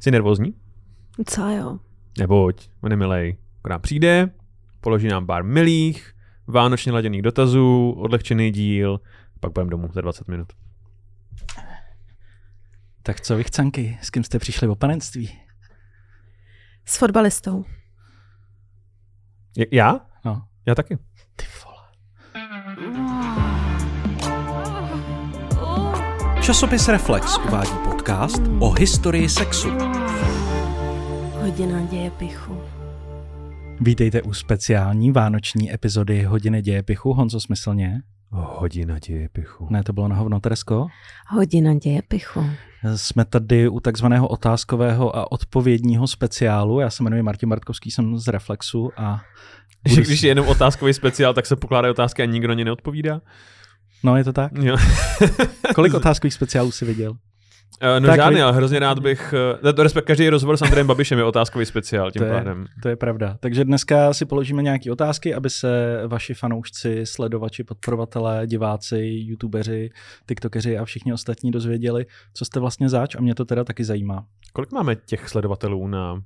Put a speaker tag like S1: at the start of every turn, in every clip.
S1: Jsi nervózní?
S2: Co jo?
S1: Neboť, on je milej. K nám přijde, položí nám pár milých, vánočně laděných dotazů, odlehčený díl, pak půjdeme domů za 20 minut.
S3: Tak co vy, chcanky, s kým jste přišli o panenství?
S2: S fotbalistou.
S1: J- já?
S3: No.
S1: Já taky.
S3: Ty vole.
S4: Časopis Reflex uvádí podcast o historii sexu.
S2: Hodina děje pichu.
S3: Vítejte u speciální vánoční epizody Hodiny dějepichu. Honzo Smyslně.
S1: Hodina dějepichu.
S3: Ne, to bylo na hovno Teresko.
S2: Hodina děje pichu.
S3: Jsme tady u takzvaného otázkového a odpovědního speciálu. Já se jmenuji Martin Bartkovský, jsem z Reflexu a
S1: Že
S3: budu-
S1: když je jenom otázkový speciál, tak se pokládají otázky a nikdo na ně neodpovídá?
S3: No, je to tak.
S1: Jo.
S3: Kolik otázkových speciálů si viděl?
S1: Eh, No
S3: Tak
S1: tak žádný,
S3: vy-
S1: ale hrozně rád bych, eh, to respekt, každý rozhovor s Andrejem Babišem je otázkový speciál tím
S3: To je-
S1: pádem.
S3: To je pravda. Takže dneska si položíme nějaké otázky, aby se vaši fanoušci, sledovači, podporovatelé, diváci, youtubeři, tiktokeři a všichni ostatní dozvěděli, co jste vlastně zač a mě to teda taky zajímá.
S1: Kolik máme těch sledovatelů na,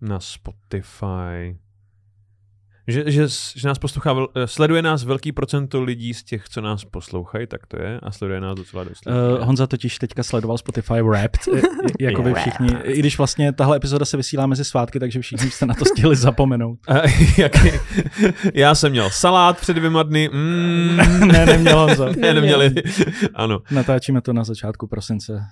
S1: na Spotify? Že, že, s- že nás poslouchá, vel- eh, sleduje nás velký procento lidí z těch, co nás poslouchají, tak to je, a sleduje nás docela dost.
S3: Uh,
S1: Uh,
S3: Honza totiž teďka sledoval Spotify Wrapped, i- i- jako vy všichni, i když vlastně tahle epizoda se vysílá mezi svátky, takže všichni jste na to stihli zapomenout.
S1: Eh, já jsem měl salát před dvěma dny. Mm,
S3: ne, neměl Honza.
S1: ne, neměli. ano.
S3: Natáčíme to na začátku prosince.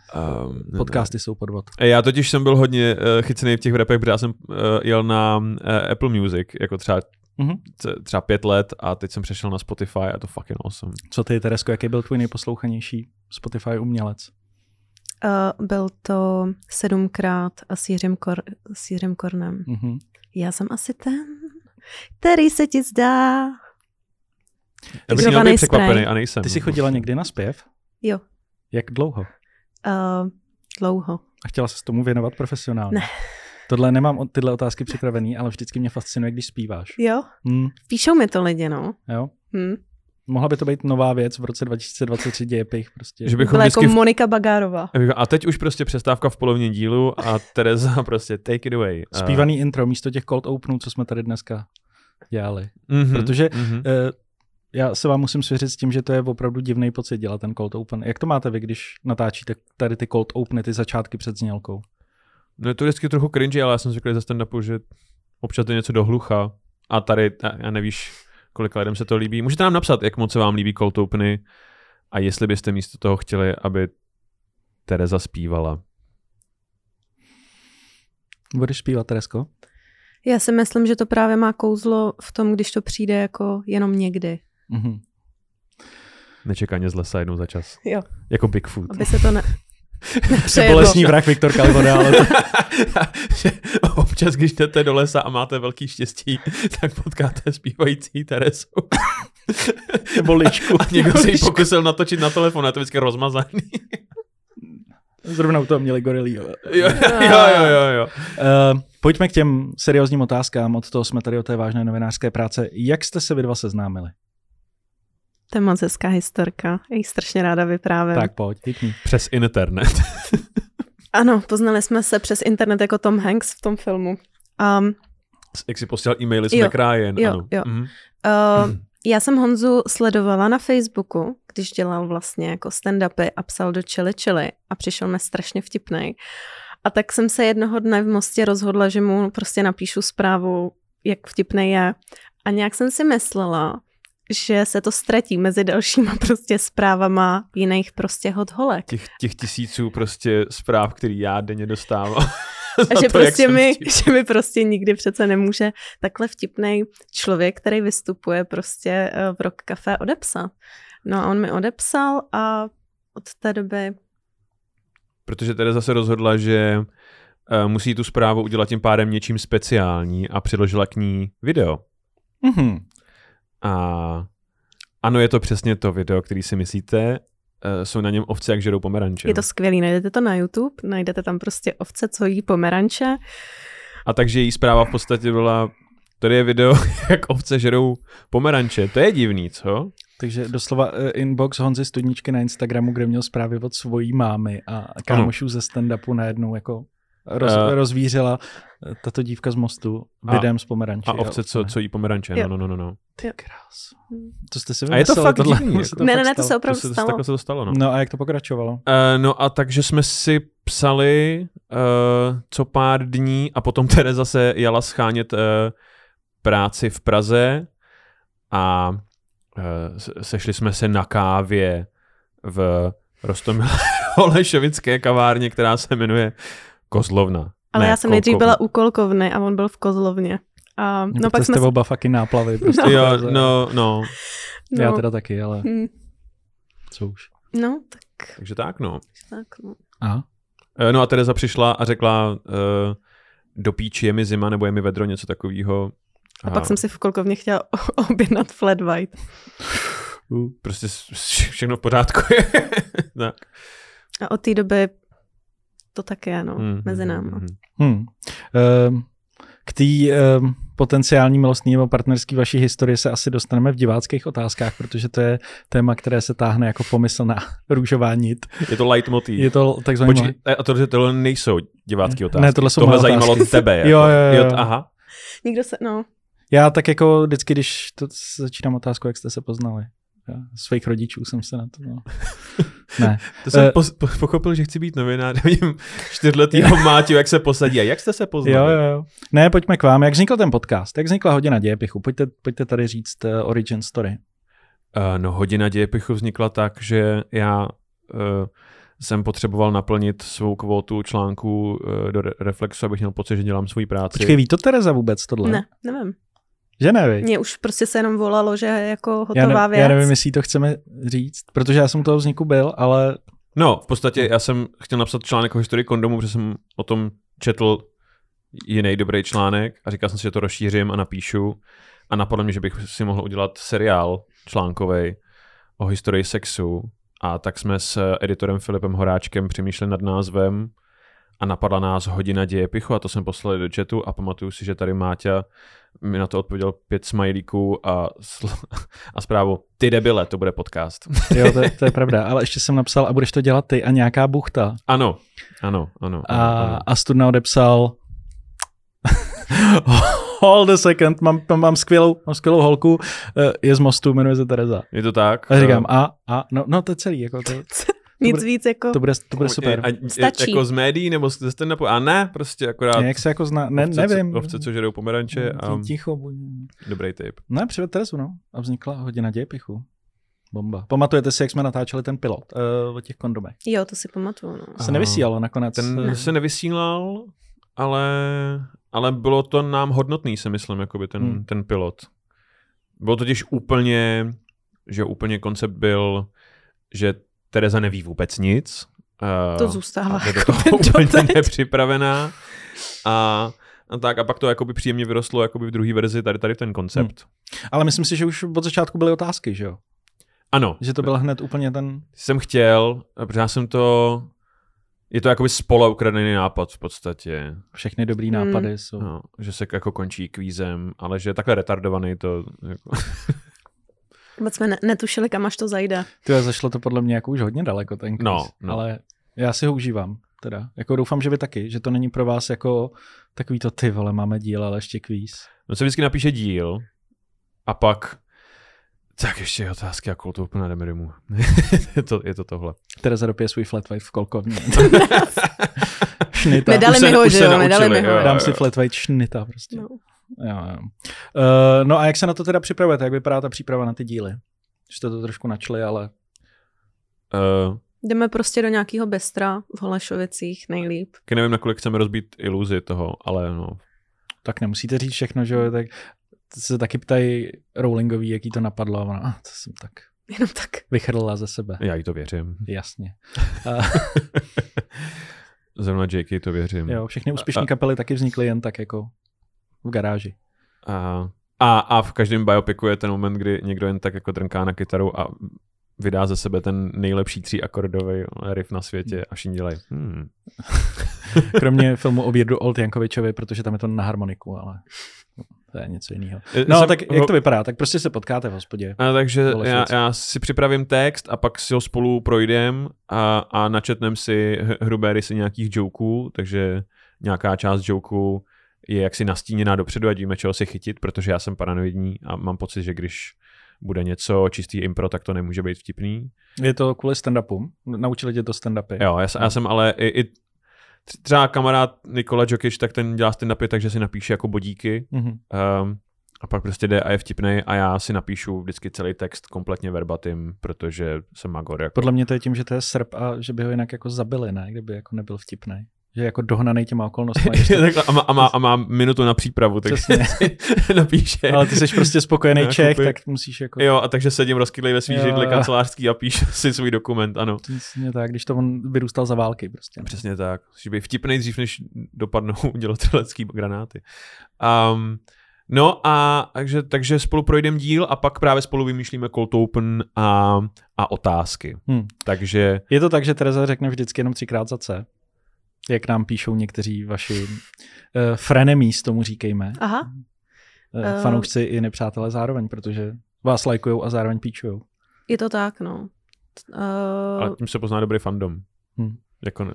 S1: Um,
S3: Podcasty jsou podvod.
S1: Já totiž jsem byl hodně uh, chycený v těch repech, protože já jsem uh, jel na uh, Apple Music, jako třeba,
S3: Mhm.
S1: t- třeba pět let a teď jsem přešel na Spotify a to fucking awesome.
S3: Co ty, Teresko, jaký byl tvůj nejposlouchanější Spotify umělec?
S2: Uh, byl to sedmkrát a s Jiřím, Kor- s Jiřím Kornem.
S3: Mhm.
S2: Já jsem asi ten, který se ti zdá.
S1: Já bych měl
S2: Izolovaný
S1: být překvapený
S2: spray.
S1: a nejsem.
S3: Ty jsi chodila někdy na zpěv?
S2: Jo,
S3: Jak dlouho?
S2: uh, dlouho.
S3: A chtěla se tomu věnovat profesionálně?
S2: Ne.
S3: Tohle nemám o- tyhle otázky připravený, ale vždycky mě fascinuje, když zpíváš.
S2: Jo,
S3: Hm,
S2: píšou mi to lidi, no.
S3: jo.
S2: Hm.
S3: Mohla by to být nová věc v roce 2023 dějepich prostě.
S1: Že bychom
S2: Byla jako
S1: vždycky... V...
S2: Monika Bagárová.
S1: abych- A teď už prostě přestávka v polovině dílu a Tereza prostě take it away. A-
S3: Zpívaný intro místo těch cold openů, co jsme tady dneska dělali.
S1: Mhm,
S3: protože,
S1: mhm.
S3: Eh, já se vám musím svěřit s tím, že to je opravdu divný pocit dělat ten cold open. Jak to máte vy, když natáčíte tady ty cold openy, ty začátky před znělkou?
S1: No je to vždycky trochu cringy, ale já jsem zvyklý ze stand že občas je něco do hlucha a tady, a, a nevíš, kolik lidem se to líbí. Můžete nám napsat, jak moc se vám líbí cold openy a jestli byste místo toho chtěli, aby Tereza zpívala.
S3: Budeš zpívat, Teresko?
S2: Já si myslím, že to právě má kouzlo v tom, když to přijde jako jenom někdy.
S3: Mhm.
S1: Nečekaně z lesa jednou za čas.
S2: Jo.
S1: Jako Bigfoot.
S2: Aby se to ne...
S3: Nebo
S2: nepřejedlo.
S3: lesní vrak Viktor Kalvoda, ale
S1: Že Občas, když jdete do lesa a máte velký štěstí, tak potkáte zpívající Teresu.
S3: nebo ličku.
S1: A někdo se ji pokusil natočit na telefon, a je to vždycky rozmazaný.
S3: Zrovna u toho měli gorilí. Jo.
S1: jo, jo, jo, jo, jo.
S3: Uh, pojďme k těm seriózním otázkám, od toho jsme tady o té vážné novinářské práce. Jak jste se vy dva seznámili?
S2: To je moc hezká historka. Já ji strašně ráda vyprávím.
S3: Tak pojď, pěkný.
S1: Přes internet.
S2: Ano, poznali jsme se přes internet jako Tom Hanks v tom filmu. Um,
S1: Jak si posílal e-maily z
S2: Jo,
S1: McRyan.
S2: jo,
S1: ano.
S2: jo.
S1: Mhm.
S2: Uh, já jsem Honzu sledovala na Facebooku, když dělal vlastně jako stand-upy a psal do čili čili a přišel mi strašně vtipnej. A tak jsem se jednoho dne v Mostě rozhodla, že mu prostě napíšu zprávu, jak vtipnej je. A nějak jsem si myslela, že se to ztratí mezi dalšíma prostě zprávama jiných prostě hot holek.
S1: Těch, těch tisíců prostě zpráv, který já denně dostávám. Za
S2: A že,
S1: to, jak
S2: prostě
S1: jsem
S2: mi,
S1: vtipný.
S2: že mi prostě nikdy přece nemůže takhle vtipný člověk, který vystupuje prostě eh, v Rock Café odepsat. No a on mi odepsal a od té doby
S1: Protože Tereza zase rozhodla, že eh, musí tu zprávu udělat tím pádem něčím speciální a přiložila k ní video.
S3: Mhm.
S1: A ano, je to přesně to video, který si myslíte. Eh, Jsou na něm ovce, jak žerou pomeranče.
S2: je to skvělý. Najdete to na YouTube, najdete tam prostě ovce, co jí pomeranče.
S1: A takže její zpráva v podstatě byla, tady je video, jak ovce žerou pomeranče. To je divný, co?
S3: Takže doslova eh, inbox Honzy Studničky na Instagramu, kde měl zprávy od svojí mámy a kámošů ze stand-upu najednou jako roz,
S1: Eh.
S3: rozvířila eh, tato dívka z mostu
S1: A-
S3: videem z pomeranče.
S1: A ovce, co, co jí pomeranče,
S2: Jo.
S1: no, no, no, no.
S3: Ty krás. To jste si
S1: A je to
S3: vymysleli,
S1: fakt
S3: tohle,
S1: divný,
S3: se
S1: jako.
S3: to
S2: Ne,
S3: fakt
S2: ne, ne, to
S3: stalo.
S2: se
S1: To
S2: opravdu
S1: se,
S2: stalo.
S1: takhle se dostalo, no.
S3: No a jak to pokračovalo?
S1: Eh, no a takže jsme si psali uh, co pár dní a potom Tereza se jela schánět uh, práci v Praze a uh, sešli jsme se na kávě v Rostomilé Holešovické kavárně, která se jmenuje Kozlovna.
S2: Ale
S1: Ne,
S2: já jsem nejdřív
S1: Kolkovna.
S2: byla u Kolkovny a on byl v Kozlovně. A no pak
S3: jste
S2: jsme... se-
S3: Jako oba fucking náplavy. Prostě
S2: No.
S1: Jo, no, no.
S2: No,
S3: Já teda taky, ale
S2: hm,
S3: co už.
S2: no tak,
S1: Takže tak, no.
S2: tak no.
S3: Aha.
S1: Eh, No a Tereza přišla a řekla, uh, do píči je mi zima, nebo je mi vedro, něco takového.
S2: A pak jsem si v Kolkovně chtěla o- objednat flat white.
S1: Prostě s- s- všechno v pořádku. tak.
S2: A od té doby to tak je, no,
S1: Mm,
S2: mezi
S1: mm,
S2: náma.
S1: mm.
S3: Hmm. Ehm, K té ehm, potenciální milostní nebo partnerský vaší historii se asi dostaneme v diváckých otázkách, protože to je téma, které se táhne jako pomyslná růžová nit.
S1: hmm. Je to light motiv.
S3: Je to takzvaný...
S1: Počkej, a to, že tohle nejsou divácké otázky.
S3: Ne, tohle jsou
S1: tohle
S3: moje
S1: zajímalo
S3: otázky.
S1: tebe. Jako.
S3: Jo, jo, jo.
S1: t- aha.
S2: Nikdo se, no,
S3: Já tak jako vždycky, když to začínám otázku, jak jste se poznali. Já, svých rodičů jsem se na to... No. Ne.
S1: To jsem
S3: Eh.
S1: po, po, pochopil, že chci být novinář. Vidím čtyřletýho mátiu, jak se posadí. A jak jste se poznali?
S3: Jo, jo, jo. Ne, pojďme k vám. Jak vznikl ten podcast? Jak vznikla hodina dějepichu? Pojďte, pojďte tady říct eh, origin story.
S1: Eh, No, hodina dějepichu vznikla tak, že já uh, jsem potřeboval naplnit svou kvótu článků uh, do re- Reflexu, abych měl pocit, že dělám svoji práci.
S3: Počkej, ví to Tereza vůbec tohle?
S2: ne, nevím.
S3: Že neví?
S2: Mně už prostě se jenom volalo, že je jako
S3: já,
S2: hotová
S3: ne,
S2: věc.
S3: já nevím, jestli to chceme říct, protože já jsem u toho vzniku byl, ale
S1: No, v podstatě já jsem chtěl napsat článek o historii kondomu, protože jsem o tom četl jiný dobrý článek a říkal jsem si, že to rozšířím a napíšu. A napadlo mě, že bych si mohl udělat seriál článkový o historii sexu. A tak jsme s editorem Filipem Horáčkem přemýšleli nad názvem a napadla nás hodina dějepichu a to jsem poslal do chatu a pamatuju si, že tady Máťa mi na to odpověděl pět smajlíků a, sl- a zprávu ty debile, to bude podcast.
S3: jo, to, je- to je pravda. Ale ještě jsem napsal, a budeš to dělat ty a nějaká buchta.
S1: Ano, ano, ano.
S3: A,
S1: ano, ano.
S3: a Studna odepsal Hold a second, mám, mám, mám, skvělou, mám skvělou holku, eh, je z mostu, jmenuje se Tereza.
S1: Je to tak? Eh,
S3: A říkám, a, a, no, no to je celý, jako to,
S2: Nic
S3: bude-
S2: víc, jako...
S3: to, bude, to bude
S1: A,
S3: super.
S1: a,
S2: Stačí.
S1: Jako z médií nebo z- ze stand A ne, prostě akorát
S3: Jak se jako zná, ne,
S1: ovce,
S3: nevím. Hm,
S1: Co, ovce, co žerou pomeranče a
S3: Ticho, buď.
S1: dobrý tip.
S3: Ne, přived Terezu, no. A vznikla hodina dějepichu. Bomba. Pamatujete si, jak jsme natáčeli ten pilot uh, o těch kondomech?
S2: Jo, to si pamatuju, no.
S3: To Se
S1: Ano.
S3: nevysílalo nakonec.
S1: Ten
S3: eh,
S1: se nevysílal, ale, ale bylo to nám hodnotný, si myslím, jakoby ten,
S3: Hmm.
S1: hmm. ten pilot. Bylo totiž úplně, že úplně koncept byl, že Tereza neví vůbec nic. eh,
S2: To zůstává. jako
S1: a je do toho úplně nepřipravená. A, a tak, a pak to jakoby příjemně vyrostlo jakoby v druhé verzi, tady, tady ten koncept.
S2: Hmm.
S3: Ale myslím si, že už od začátku byly otázky, že jo?
S1: Ano,
S3: Že to byl hned úplně ten...
S1: jsem chtěl, protože já jsem to, je to jakoby spola ukradený nápad v podstatě,
S3: Všechny dobrý
S2: Hmm.
S3: nápady jsou.
S1: no, že se jako končí kvízem, ale že je takhle retardovaný to, jako,
S2: Vůbec jsme ne- netušili, kam až to zajde.
S3: Ty jo, zašlo to podle mě jako už hodně daleko ten quiz,
S1: No, no.
S3: ale já si ho užívám. Teda, jako doufám, že vy taky, že to není pro vás jako takový to ty vole, máme díl, ale ještě kvíz.
S1: no se vždycky napíše díl a pak, tak ještě je otázky a kultu úplně jdeme domů. je, to, je to tohle.
S3: Tereza dopije svůj flat white v kolkovně. šnita.
S2: Nedali
S1: už
S2: mi
S1: se-
S2: ho,
S1: už
S2: že
S1: se
S2: jo, nedali mi
S1: naučili,
S2: ho.
S1: jo.
S3: Dám si flat white šnita prostě.
S2: No.
S3: Jo, jo. Uh, no a jak se na to teda připravujete? Jak vypadá ta příprava na ty díly? Že jste to trošku načli, ale
S1: Uh,
S2: Jdeme prostě do nějakého bestra v Holešovicích nejlíp.
S1: Taky nevím, nakolik chceme rozbít iluzi toho, ale no.
S3: tak nemusíte říct všechno, že jo? Tak se taky ptají Rowlingový, jaký to napadlo a ona, "Ah, to jsem tak
S2: Jenom tak.
S3: vychrlila ze sebe.
S1: Já jí to věřím.
S3: Jasně.
S1: Zrovna Jakey to věřím.
S3: Jo, všechny úspěšné
S1: Hmm. A-
S3: kapely taky vznikly jen tak jako v garáži.
S1: A, a, a v každém biopiku je ten moment, kdy někdo jen tak jako drnká na kytaru a vydá ze sebe ten nejlepší tříakordový riff na světě a všichni dělají. Hmm.
S3: Kromě filmu o Birdu Old Jankovičovi, protože tam je to na harmoniku, ale to je něco jiného.
S1: E,
S3: No,
S1: jsem-
S3: tak jak to vypadá? Tak prostě se potkáte v hospodě.
S1: A takže
S3: Tohle
S1: já,
S3: švec.
S1: já si připravím text a pak si ho spolu projdem a, a načetnem si h- hrubé rysy nějakých joků, takže nějaká část joku je jaksi nastíněná dopředu a víme, čeho se chytit, protože já jsem paranoidní a mám pocit, že když bude něco čistý impro, tak to nemůže být vtipný.
S3: Je to kvůli stand-upu? Naučili tě to stand-upy?
S1: Jo, já, jsem- já jsem ale i, i třeba kamarád Nikola Jokic, tak ten dělá stand upy, takže si napíše jako bodíky
S3: Mhm.
S1: Um, a pak prostě jde a je vtipnej a já si napíšu vždycky celý text kompletně verbatim, protože jsem magor. Jako.
S3: Podle mě to je tím, že to je Srb a že by ho jinak jako zabili, ne? Kdyby jako nebyl vtipný. Že je jako dohnaný těma okolnostmi. když to-
S1: Takhle a, má, a, má, a má minutu na přípravu, tak
S3: Přesně.
S1: napíše.
S3: Ale ty jsi prostě spokojený
S1: Já
S3: Čech,
S1: koupím.
S3: tak musíš jako...
S1: Jo, a takže sedím rozkydlej ve svý
S3: Jo,
S1: židli
S3: jo.
S1: kancelářský a píšu si svůj dokument, ano.
S3: Přesně tak, když to on vyrůstal za války prostě.
S1: Přesně tak. Musíš být vtipnej dřív, než dopadnou dělotelecký granáty. Um, no a takže, takže spolu projdeme díl a pak právě spolu vymýšlíme cold open a, a otázky.
S3: Hmm.
S1: Takže
S3: Je to tak, že Tereza řekne vždycky jenom třikrát za C. Jak nám píšou někteří vaši uh, frenemies, tomu říkejme.
S2: Aha,
S3: Uh,
S2: Eh.
S3: fanoušci i nepřátelé zároveň, protože vás lajkujou a zároveň píčujou.
S2: je to tak, no.
S1: a
S2: Uh,
S1: tím se pozná dobrý fandom.
S3: Hmm.
S1: Jako ne,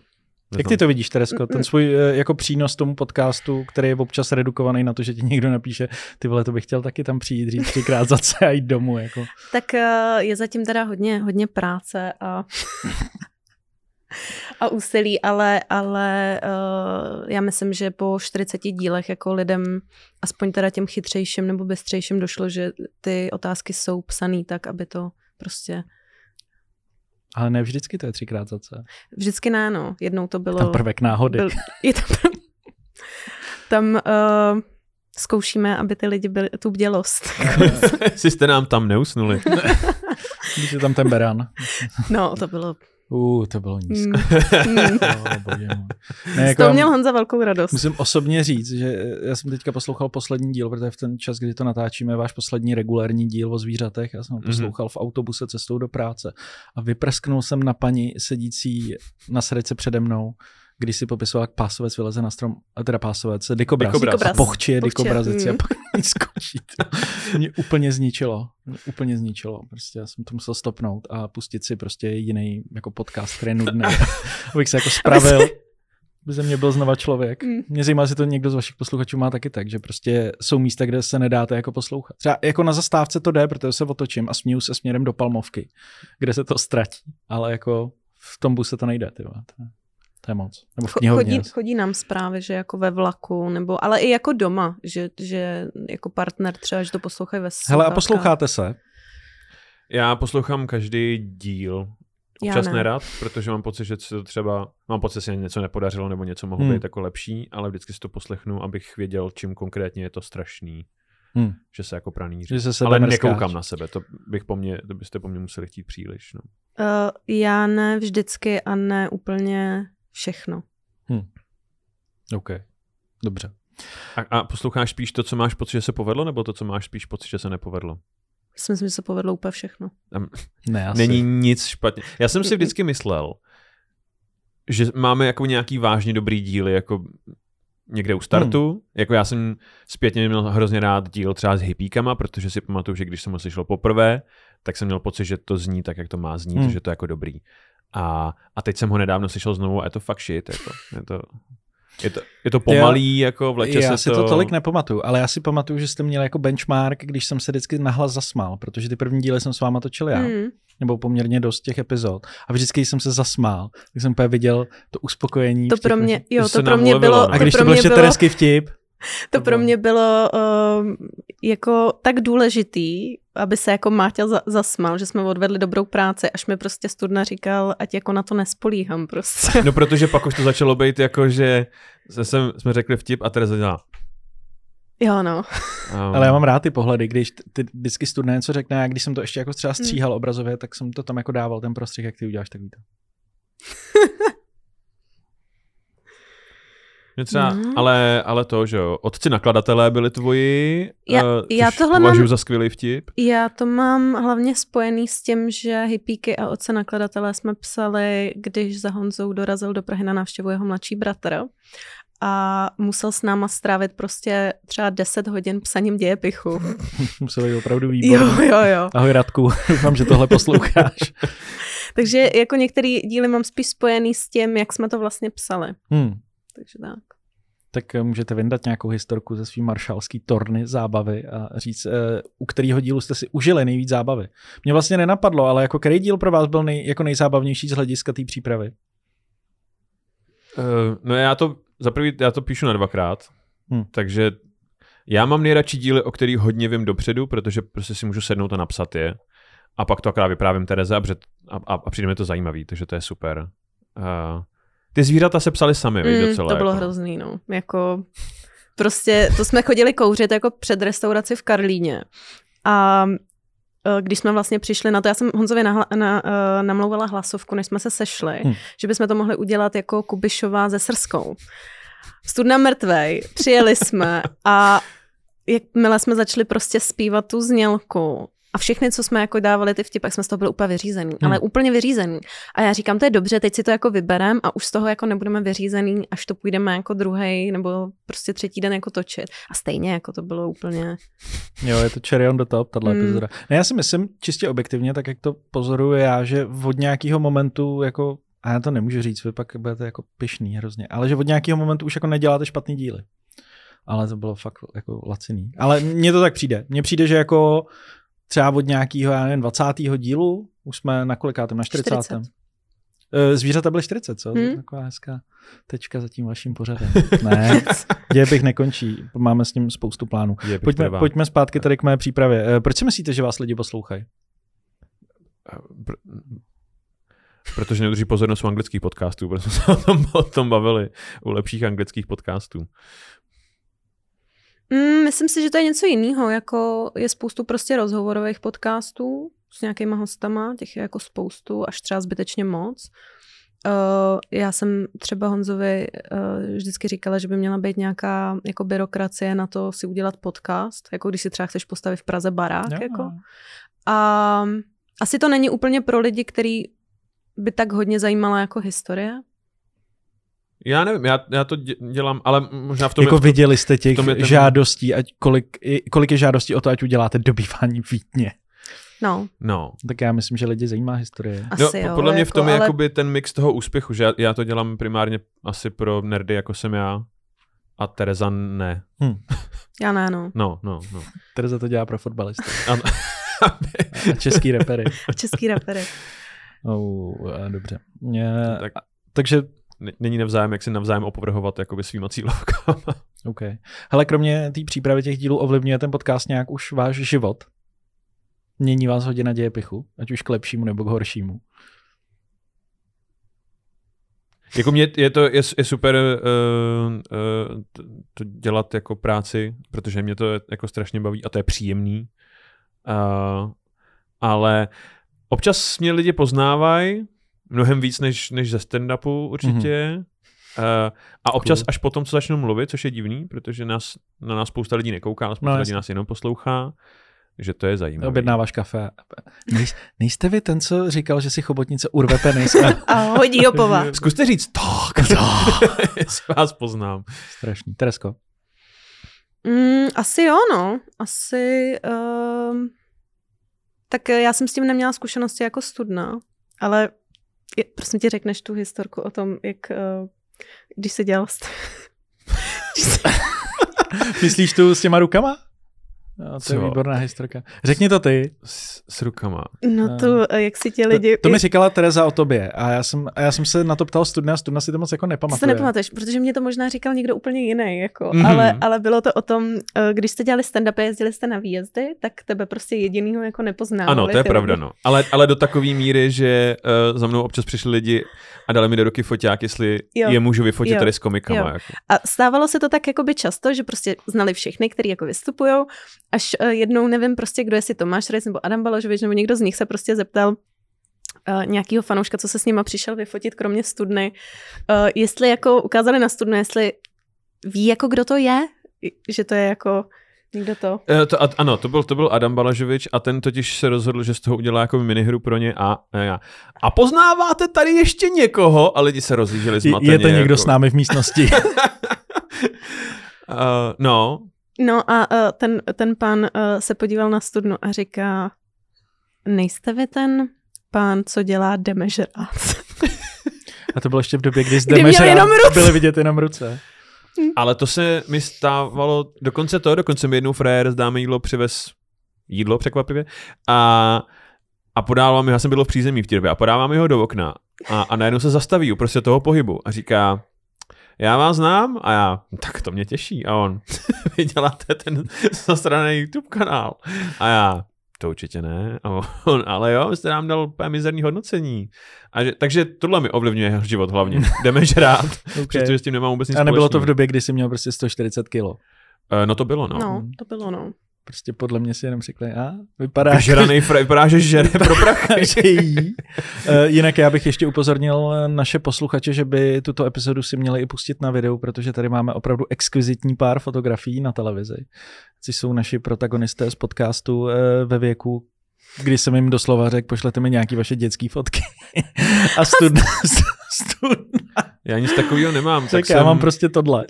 S3: Jak ty to vidíš, Teresko, ten svůj eh, jako přínos tomu podcastu, který je občas redukovaný na to, že ti někdo napíše, ty vole, to bych chtěl taky tam přijít říct třikrát za C a jít domů. Jako.
S2: tak eh, je zatím teda hodně, hodně práce a, a úsilí, ale, ale eh, já myslím, že po 40 dílech jako lidem, aspoň teda těm chytřejším nebo bystřejším došlo, že ty otázky jsou psaný tak, aby to prostě...
S3: Ale ne vždycky to je třikrát za C.
S2: Vždycky ne, no. Jednou to bylo...
S3: Tam prvek náhody.
S2: Byl, je tam, tam uh, zkoušíme, aby ty lidi byli tu bdělost.
S1: si jste nám tam neusnuli.
S3: Když je tam ten beran.
S2: No, to bylo...
S3: Uh, to bylo nízko.
S2: Mm, mm.
S3: Oh, bože můj. Ne,
S2: Z
S3: jako
S2: toho
S3: já
S2: měl Honza velkou radost.
S3: Musím osobně říct, že já jsem teďka poslouchal poslední díl, protože v ten čas, kdy to natáčíme, váš poslední regulární díl o zvířatech, já jsem ho
S1: Mhm.
S3: poslouchal v autobuse cestou do práce a vyprsknul jsem na paní sedící na sedece přede mnou, když si popisoval, jak pásovec vyleze na strom, a teda pásovec, dikobraz,
S1: Dikobraz.
S3: A pochči je
S2: Pochči,
S3: dikobrazec,
S2: mm.
S3: a pak jí skočí. To mě úplně zničilo, mě úplně zničilo, prostě já jsem to musel stopnout a pustit si prostě jiný jako podcast, který je nudný, abych se jako spravil by ze mě byl znova člověk.
S2: Mm.
S3: Mě zajímá, jestli to někdo z vašich posluchačů má taky tak, že prostě jsou místa, kde se nedáte jako poslouchat. Třeba jako na zastávce to jde, protože se otočím a směju se směrem do Palmovky, kde se to ztratí, ale jako v tom buse to nejde, ty vole. to, je- to je moc. Nebo v
S2: Cho-
S3: knihovně.
S2: Chodí, chodí nám zprávy, že jako ve vlaku, nebo, ale i jako doma, že, že jako partner třeba, že to poslouchají ve
S3: Hele, a
S2: sluchátkách.
S3: posloucháte se?
S1: Já poslouchám každý díl.
S2: Já
S1: Občas
S2: ne.
S1: nerad, protože mám pocit, že se to třeba, mám pocit, že se něco nepodařilo nebo něco mohlo
S3: Hmm.
S1: být jako lepší, ale vždycky si to poslechnu, abych věděl, čím konkrétně je to strašný,
S3: Hmm.
S1: že se jako praníří.
S3: Že se sebe
S1: Ale
S3: mrskáš?
S1: nekoukám na sebe, to, bych po mně, to byste po mně museli chtít příliš. No.
S2: Uh, já ne vždycky a ne úplně všechno.
S3: OK, dobře.
S1: A, a posloucháš spíš to, co máš pocit, že se povedlo, nebo to, co máš spíš pocit, že se nepovedlo?
S2: Já si myslím, že se povedlo úplně všechno.
S3: Ne, asi.
S1: Není nic špatně. Já jsem si vždycky myslel, že máme jako nějaký vážně dobrý díly, jako někde u startu. Hmm. Jako já jsem zpětně měl hrozně rád díl třeba s hippíkama, protože si pamatuju, že když jsem ho slyšel poprvé, tak jsem měl pocit, že to zní tak, jak to má znít,
S3: Hmm.
S1: hmm. že to je jako dobrý. A, a teď jsem ho nedávno slyšel znovu a je to fakt shit. Jako. Je, to, je, to, je to pomalý, jako vleče
S3: já
S1: se
S3: si
S1: to.
S3: to... tolik nepamatuju, ale já si pamatuju, že jste měl jako benchmark, když jsem se vždycky nahlas zasmál, protože ty první díly jsem s váma točil já.
S2: Mm.
S3: nebo poměrně dost těch epizod. A vždycky jsem se zasmál, tak jsem úplně viděl to uspokojení.
S2: To
S3: v těch
S2: pro mě,
S3: vašich-
S2: jo,
S1: že
S2: to
S1: se
S2: pro
S1: nám
S2: mě
S1: ulevilo,
S2: bylo,
S1: no.
S3: A
S2: to
S3: když to
S2: pro
S3: byl
S2: mě
S3: ještě
S2: bylo,
S3: tereský vtip,
S2: to pro mě bylo uh, jako tak důležitý, aby se jako Máťa za, zasmal, že jsme odvedli dobrou práci, až mi prostě studna říkal, ať jako na to nespolíhám prostě.
S1: No protože pak už to začalo být jako, že se- jsem, jsme řekli vtip a Tereza dělá.
S2: Jo no,
S1: Um,
S3: ale já mám rád ty pohledy, když t- ty vždycky studne něco řekne, a když jsem to ještě jako třeba
S2: Hmm.
S3: stříhal obrazově, tak jsem to tam jako dával, ten prostřih, jak ty uděláš, tak víte.
S1: Mě třeba,
S2: No.
S1: no. ale, ale to, že jo, otci nakladatelé byli tvoji,
S2: Já-
S1: eh,
S2: já
S1: což
S2: tohle
S1: považuji
S2: mám-
S1: za skvělý vtip.
S2: já to mám hlavně spojený s tím, že hypíky a oce nakladatelé jsme psali, když za Honzou dorazil do Prahy na návštěvu jeho mladší bratr a musel s náma strávit prostě třeba 10 hodin psaním dějepichu.
S3: Musel být opravdu
S2: Jo,
S3: výborný.
S2: jo, jo.
S3: Ahoj Radku, doufám, že tohle posloucháš.
S2: Takže jako některé díly mám spíš spojený s tím, jak jsme to vlastně psali.
S3: Hmm.
S2: Takže tak.
S3: tak eh, můžete vyndat nějakou historku ze svý maršalský torny zábavy a říct, eh, u kterého dílu jste si užili nejvíc zábavy. Mě vlastně nenapadlo, ale jako který díl pro vás byl nej, jako nejzábavnější z hlediska té přípravy?
S1: Uh, no já to, za prvý, já to píšu na dvakrát,
S3: Hmm.
S1: hmm. takže já mám nejradši díly, o kterých hodně vím dopředu, protože prostě si můžu sednout a napsat je. A pak to akorát vyprávím Tereze a, břet, a, a, a přijde mi to zajímavý, takže to je super. Uh, ty zvířata se psali sami, mm, docela.
S2: to bylo
S1: jako.
S2: hrozný, no. Jako, prostě to jsme chodili kouřit jako před restauraci v Karlíně. A e, když jsme vlastně přišli na to, já jsem Honzovi nahla, na, e, namlouvala hlasovku, než jsme se sešli,
S3: Hm.
S2: hmm. že bychom to mohli udělat jako Kubišová ze Srskou. Studna mrtvej, přijeli jsme a jakmile jsme začali prostě zpívat tu znělku a všechny, co jsme jako dávali ty vtipy, jak jsme z toho byli úplně vyřízený,
S3: Hmm.
S1: Hm.
S2: hmm. ale úplně vyřízený. A já říkám, to je dobře, teď si to jako vyberem a už z toho jako nebudeme vyřízený, až to půjdeme jako druhý nebo prostě třetí den jako točit. A stejně jako to bylo úplně...
S3: Jo, je to cherry on the top, tato
S2: Mm.
S3: epizoda. Ne, já si myslím, čistě objektivně, tak jak to pozoruju já, že od nějakého momentu jako a já to nemůžu říct, vy pak budete jako pišný hrozně, ale že od nějakého momentu už jako neděláte špatný díly. Ale to bylo fakt jako laciný. Ale mně to tak přijde. Mně přijde, že jako třeba od nějakého, já nevím, 20. dílu, už jsme na kolikátém, na 40.
S2: 40.
S3: 40. Zvířata byly 40, co?
S2: Hmm.
S3: Hmm? Taková hezká tečka za tím vaším pořadem. ne, dějepich nekončí. Máme s ním spoustu plánů.
S1: Je,
S3: Pojďme,
S1: trvá.
S3: pojďme zpátky tady k mé přípravě. Eh, Proč si myslíte, že vás lidi poslouchají?
S1: Eh, Pr- mm. protože neudrží pozornost u anglických podcastů, protože jsme se o tom, o tom bavili u lepších anglických podcastů.
S2: Mm, myslím si, že to je něco jiného, jako je spoustu prostě rozhovorových podcastů s nějakýma hostama, těch je jako spoustu, až třeba zbytečně moc. Uh, já jsem třeba Honzovi uh, vždycky říkala, že by měla být nějaká jako byrokracie na to si udělat podcast, jako když si třeba chceš postavit v Praze barák.
S3: Jo.
S2: Jako. A asi to není úplně pro lidi, který by tak hodně zajímala jako historie.
S1: Já nevím, já, já to dě- dělám, ale možná v tom...
S3: jako
S1: je,
S3: viděli jste těch
S1: tom je ten-
S3: žádostí, ať kolik, i- kolik je žádostí o to, ať uděláte dobývání Vítně.
S2: No,
S1: no.
S3: Tak já myslím, že lidi zajímá historie.
S1: No,
S2: asi jo. jako,
S1: podle mě v tom je jako-
S2: ale...
S1: jakoby ten mix toho úspěchu, že já, já to dělám primárně asi pro nerdy, jako jsem já, a Tereza ne.
S2: Já ne, no.
S1: No, no, no.
S3: Tereza to dělá pro fotbalisty
S1: Ano.
S3: a český repery.
S2: Český rapery.
S3: Oh, eh, dobře. Eh,
S1: tak
S3: takže
S1: n- není navzájem, jak si navzájem opovrhovat jakoby svýma cílovkama.
S3: OK. Hele, kromě té přípravy těch dílů ovlivňuje ten podcast nějak už váš život? Mění vás hodina děje pichu, ať už k lepšímu nebo k horšímu.
S1: Jako mě je to je, je super uh, uh, to dělat jako práci, protože mě to jako strašně baví a to je příjemný. Uh, ale občas mě lidi poznávají mnohem víc než, než ze stand-upu určitě. Mm-hmm. Uh, a občas
S3: Mhm.
S1: cool.
S3: Cool.
S1: až potom, co začnu mluvit, což je divný, protože nás, na nás spousta lidí nekouká, ale spousta
S3: No,
S1: no, lidí
S3: jasně.
S1: nás jenom poslouchá, že to je zajímavé.
S3: Objednáváš kafe. Nejs, nejste vy ten, co říkal, že si chobotnice urve penis? A...
S2: A hodí ho po vás.
S1: Zkuste říct tak, tak, jestli vás poznám.
S3: Strašný. Teresko.
S2: Mm, asi jo, no. Asi... Um, tak eh, já jsem s tím neměla zkušenosti jako studna, ale je, prosím tě, řekneš tu historku o tom, jak... Uh, když se dělal... St- když se,
S3: Myslíš tu s těma rukama? No, to je
S1: Co?
S3: výborná historka. Řekni to ty.
S1: S, s rukama.
S2: no to, eh, jak si ti
S3: To,
S2: lidi...
S3: to mi
S2: jak-
S3: říkala Tereza o tobě a já jsem, a já jsem se na to ptal studna a studna si to moc jako
S2: Ty si to
S3: nepamatuje.
S2: nepamatuješ, protože mě to možná říkal někdo úplně jiný, jako,
S1: Mhm.
S2: mm-hmm. ale, ale bylo to o tom, eh, když jste dělali stand-up a jezdili jste na výjezdy, tak tebe prostě jedinýho jako nepoznávali.
S1: Ano, to je
S2: ty
S1: pravda,
S2: lidi.
S1: no. Ale, ale do takové míry, že uh, za mnou občas přišli lidi a dali mi do ruky foťák, jestli
S2: Jo.
S1: jo. je můžu vyfotit
S2: Jo.
S1: jo. tady s komikama.
S2: Jo.
S1: Jo. Jako.
S2: A stávalo se to tak jakoby často, že prostě znali všechny, kteří jako vystupují, až eh, jednou nevím prostě, kdo jestli Tomáš Rejc nebo Adam Balažovič nebo někdo z nich se prostě zeptal eh, nějakýho fanouška, co se s nima přišel vyfotit, kromě studny, eh, jestli jako ukázali na studnu, jestli ví jako kdo to je, že to je jako někdo to.
S1: Eh, To, a, ano, to byl, to byl Adam Balažovič a ten totiž se rozhodl, že z toho udělá jako minihru pro ně a, a já. A poznáváte tady ještě někoho? A lidi se rozlíželi zmateně.
S3: Je to někdo
S1: jako.
S3: s námi v místnosti.
S1: Uh, no,
S2: No a eh, ten, ten pán eh, se podíval na studnu a říká, nejste vy ten pán, co dělá demežerác?
S3: A to bylo ještě v době, kdy
S2: Kdy
S3: zde
S2: měl jenom ruce.
S3: byly vidět jenom ruce.
S1: Ale to se mi stávalo, dokonce to, dokonce mi jednou frér zdáme jídlo přivez jídlo překvapivě a, a podává mi, já jsem byl v přízemí v té době, a podává mi ho do okna a, a najednou se zastaví uprostřed toho pohybu a říká, já vás znám a já, tak to mě těší. A on, vy děláte ten zastraný YouTube kanál. A já, to určitě ne. A on, ale jo, vy jste nám dal úplně mizerný hodnocení. A že, takže tohle mi ovlivňuje život hlavně. Jdeme žrát, přestože s tím nemám vůbec nic
S3: A nebylo to v
S1: společného.
S3: době, kdy jsi měl prostě 140 kilo.
S1: Eh, No to bylo, no.
S2: No, to bylo no.
S3: Prostě podle mě si jenom řekli, a vypadá,
S1: Žranej frej, vypadá, že žere pro prachy.
S3: že jí. Eh, Jinak já bych ještě upozornil eh, naše posluchače, že by tuto epizodu si měli i pustit na videu, protože tady máme opravdu exkluzitní pár fotografií na televizi. Což jsou naši protagonisté z podcastu eh, ve věku, kdy jsem jim doslova řekl, pošlete mi nějaký vaše dětské fotky. A studna, studna,
S1: Já nic takového nemám. Tak
S3: tak já
S1: jsem,
S3: mám prostě tohle.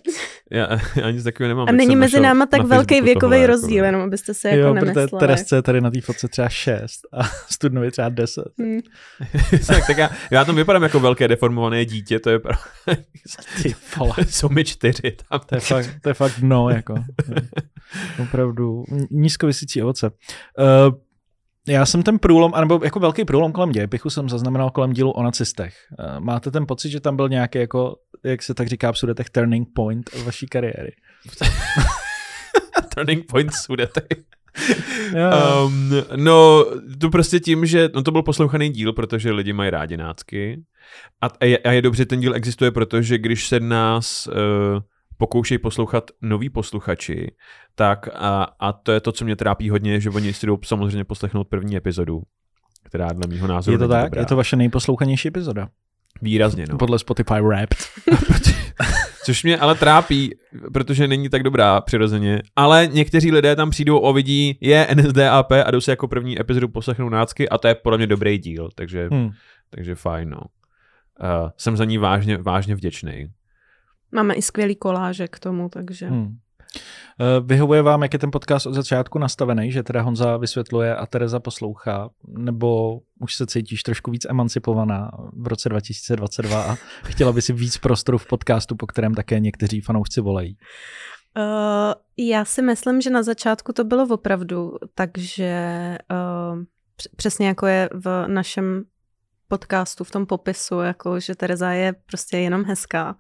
S1: já, já nic takového nemám.
S2: A
S1: tak
S2: není
S1: jsem
S2: mezi
S1: našel
S2: náma tak
S1: na
S2: velký
S1: Facebooku
S2: věkový
S1: tohle,
S2: rozdíl,
S1: jako-
S2: jenom abyste se jako
S3: protože
S2: nemysleli.
S3: Teresce je tady na té fotce třeba 6 a studnovi třeba 10.
S2: Hm.
S1: tak, tak já, já tam vypadám jako velké deformované dítě, to je pravda.
S3: Ty vole.
S1: Jsou mi čtyři tam.
S3: To je fakt, to je fakt dno, jako. Opravdu ní- nízkovisící ovoce. Uh, já jsem ten průlom, anebo jako velký průlom kolem dějepichu jsem zaznamenal kolem dílu o nacistech. Uh, máte ten pocit, že tam byl nějaký, jako, jak se tak říká v sudetech, turning point vaší kariéry?
S1: Turning point sudety.
S3: Jo,
S1: Um, no, to prostě tím, že no to byl poslouchaný díl, protože lidi mají rádi nácky. A, a, je, a je dobře, ten díl existuje, protože když se nás uh, pokoušejí poslouchat noví posluchači, tak a, a to je to, co mě trápí hodně, že oni si jdou samozřejmě poslechnout první epizodu, která dle mého názoru
S3: Eh, je to
S1: není
S3: tak?
S1: dobrá.
S3: Je to vaše nejposlouchanější epizoda?
S1: výrazně, no.
S3: Podle Spotify Wrapped.
S1: Což mě ale trápí, protože není tak dobrá přirozeně. Ale někteří lidé tam přijdou a vidí, je NSDAP a jdou si jako první epizodu poslechnou nácky a to je podle mě dobrý díl, takže, hmm.
S3: Hmm.
S1: takže fajn, no. Uh, jsem za ní vážně, vážně vděčný.
S2: Máme i skvělý koláže k tomu, takže...
S3: Hmm. Eh, Vyhovuje vám, jak je ten podcast od začátku nastavený, že teda Honza vysvětluje a Tereza poslouchá, nebo už se cítíš trošku víc emancipovaná v roce 2022 a chtěla by si víc prostoru v podcastu, po kterém také někteří fanoušci volají.
S2: Uh, já si myslím, že na začátku to bylo opravdu, takže uh, př- přesně jako je v našem podcastu, v tom popisu, jako že Tereza je prostě jenom hezká.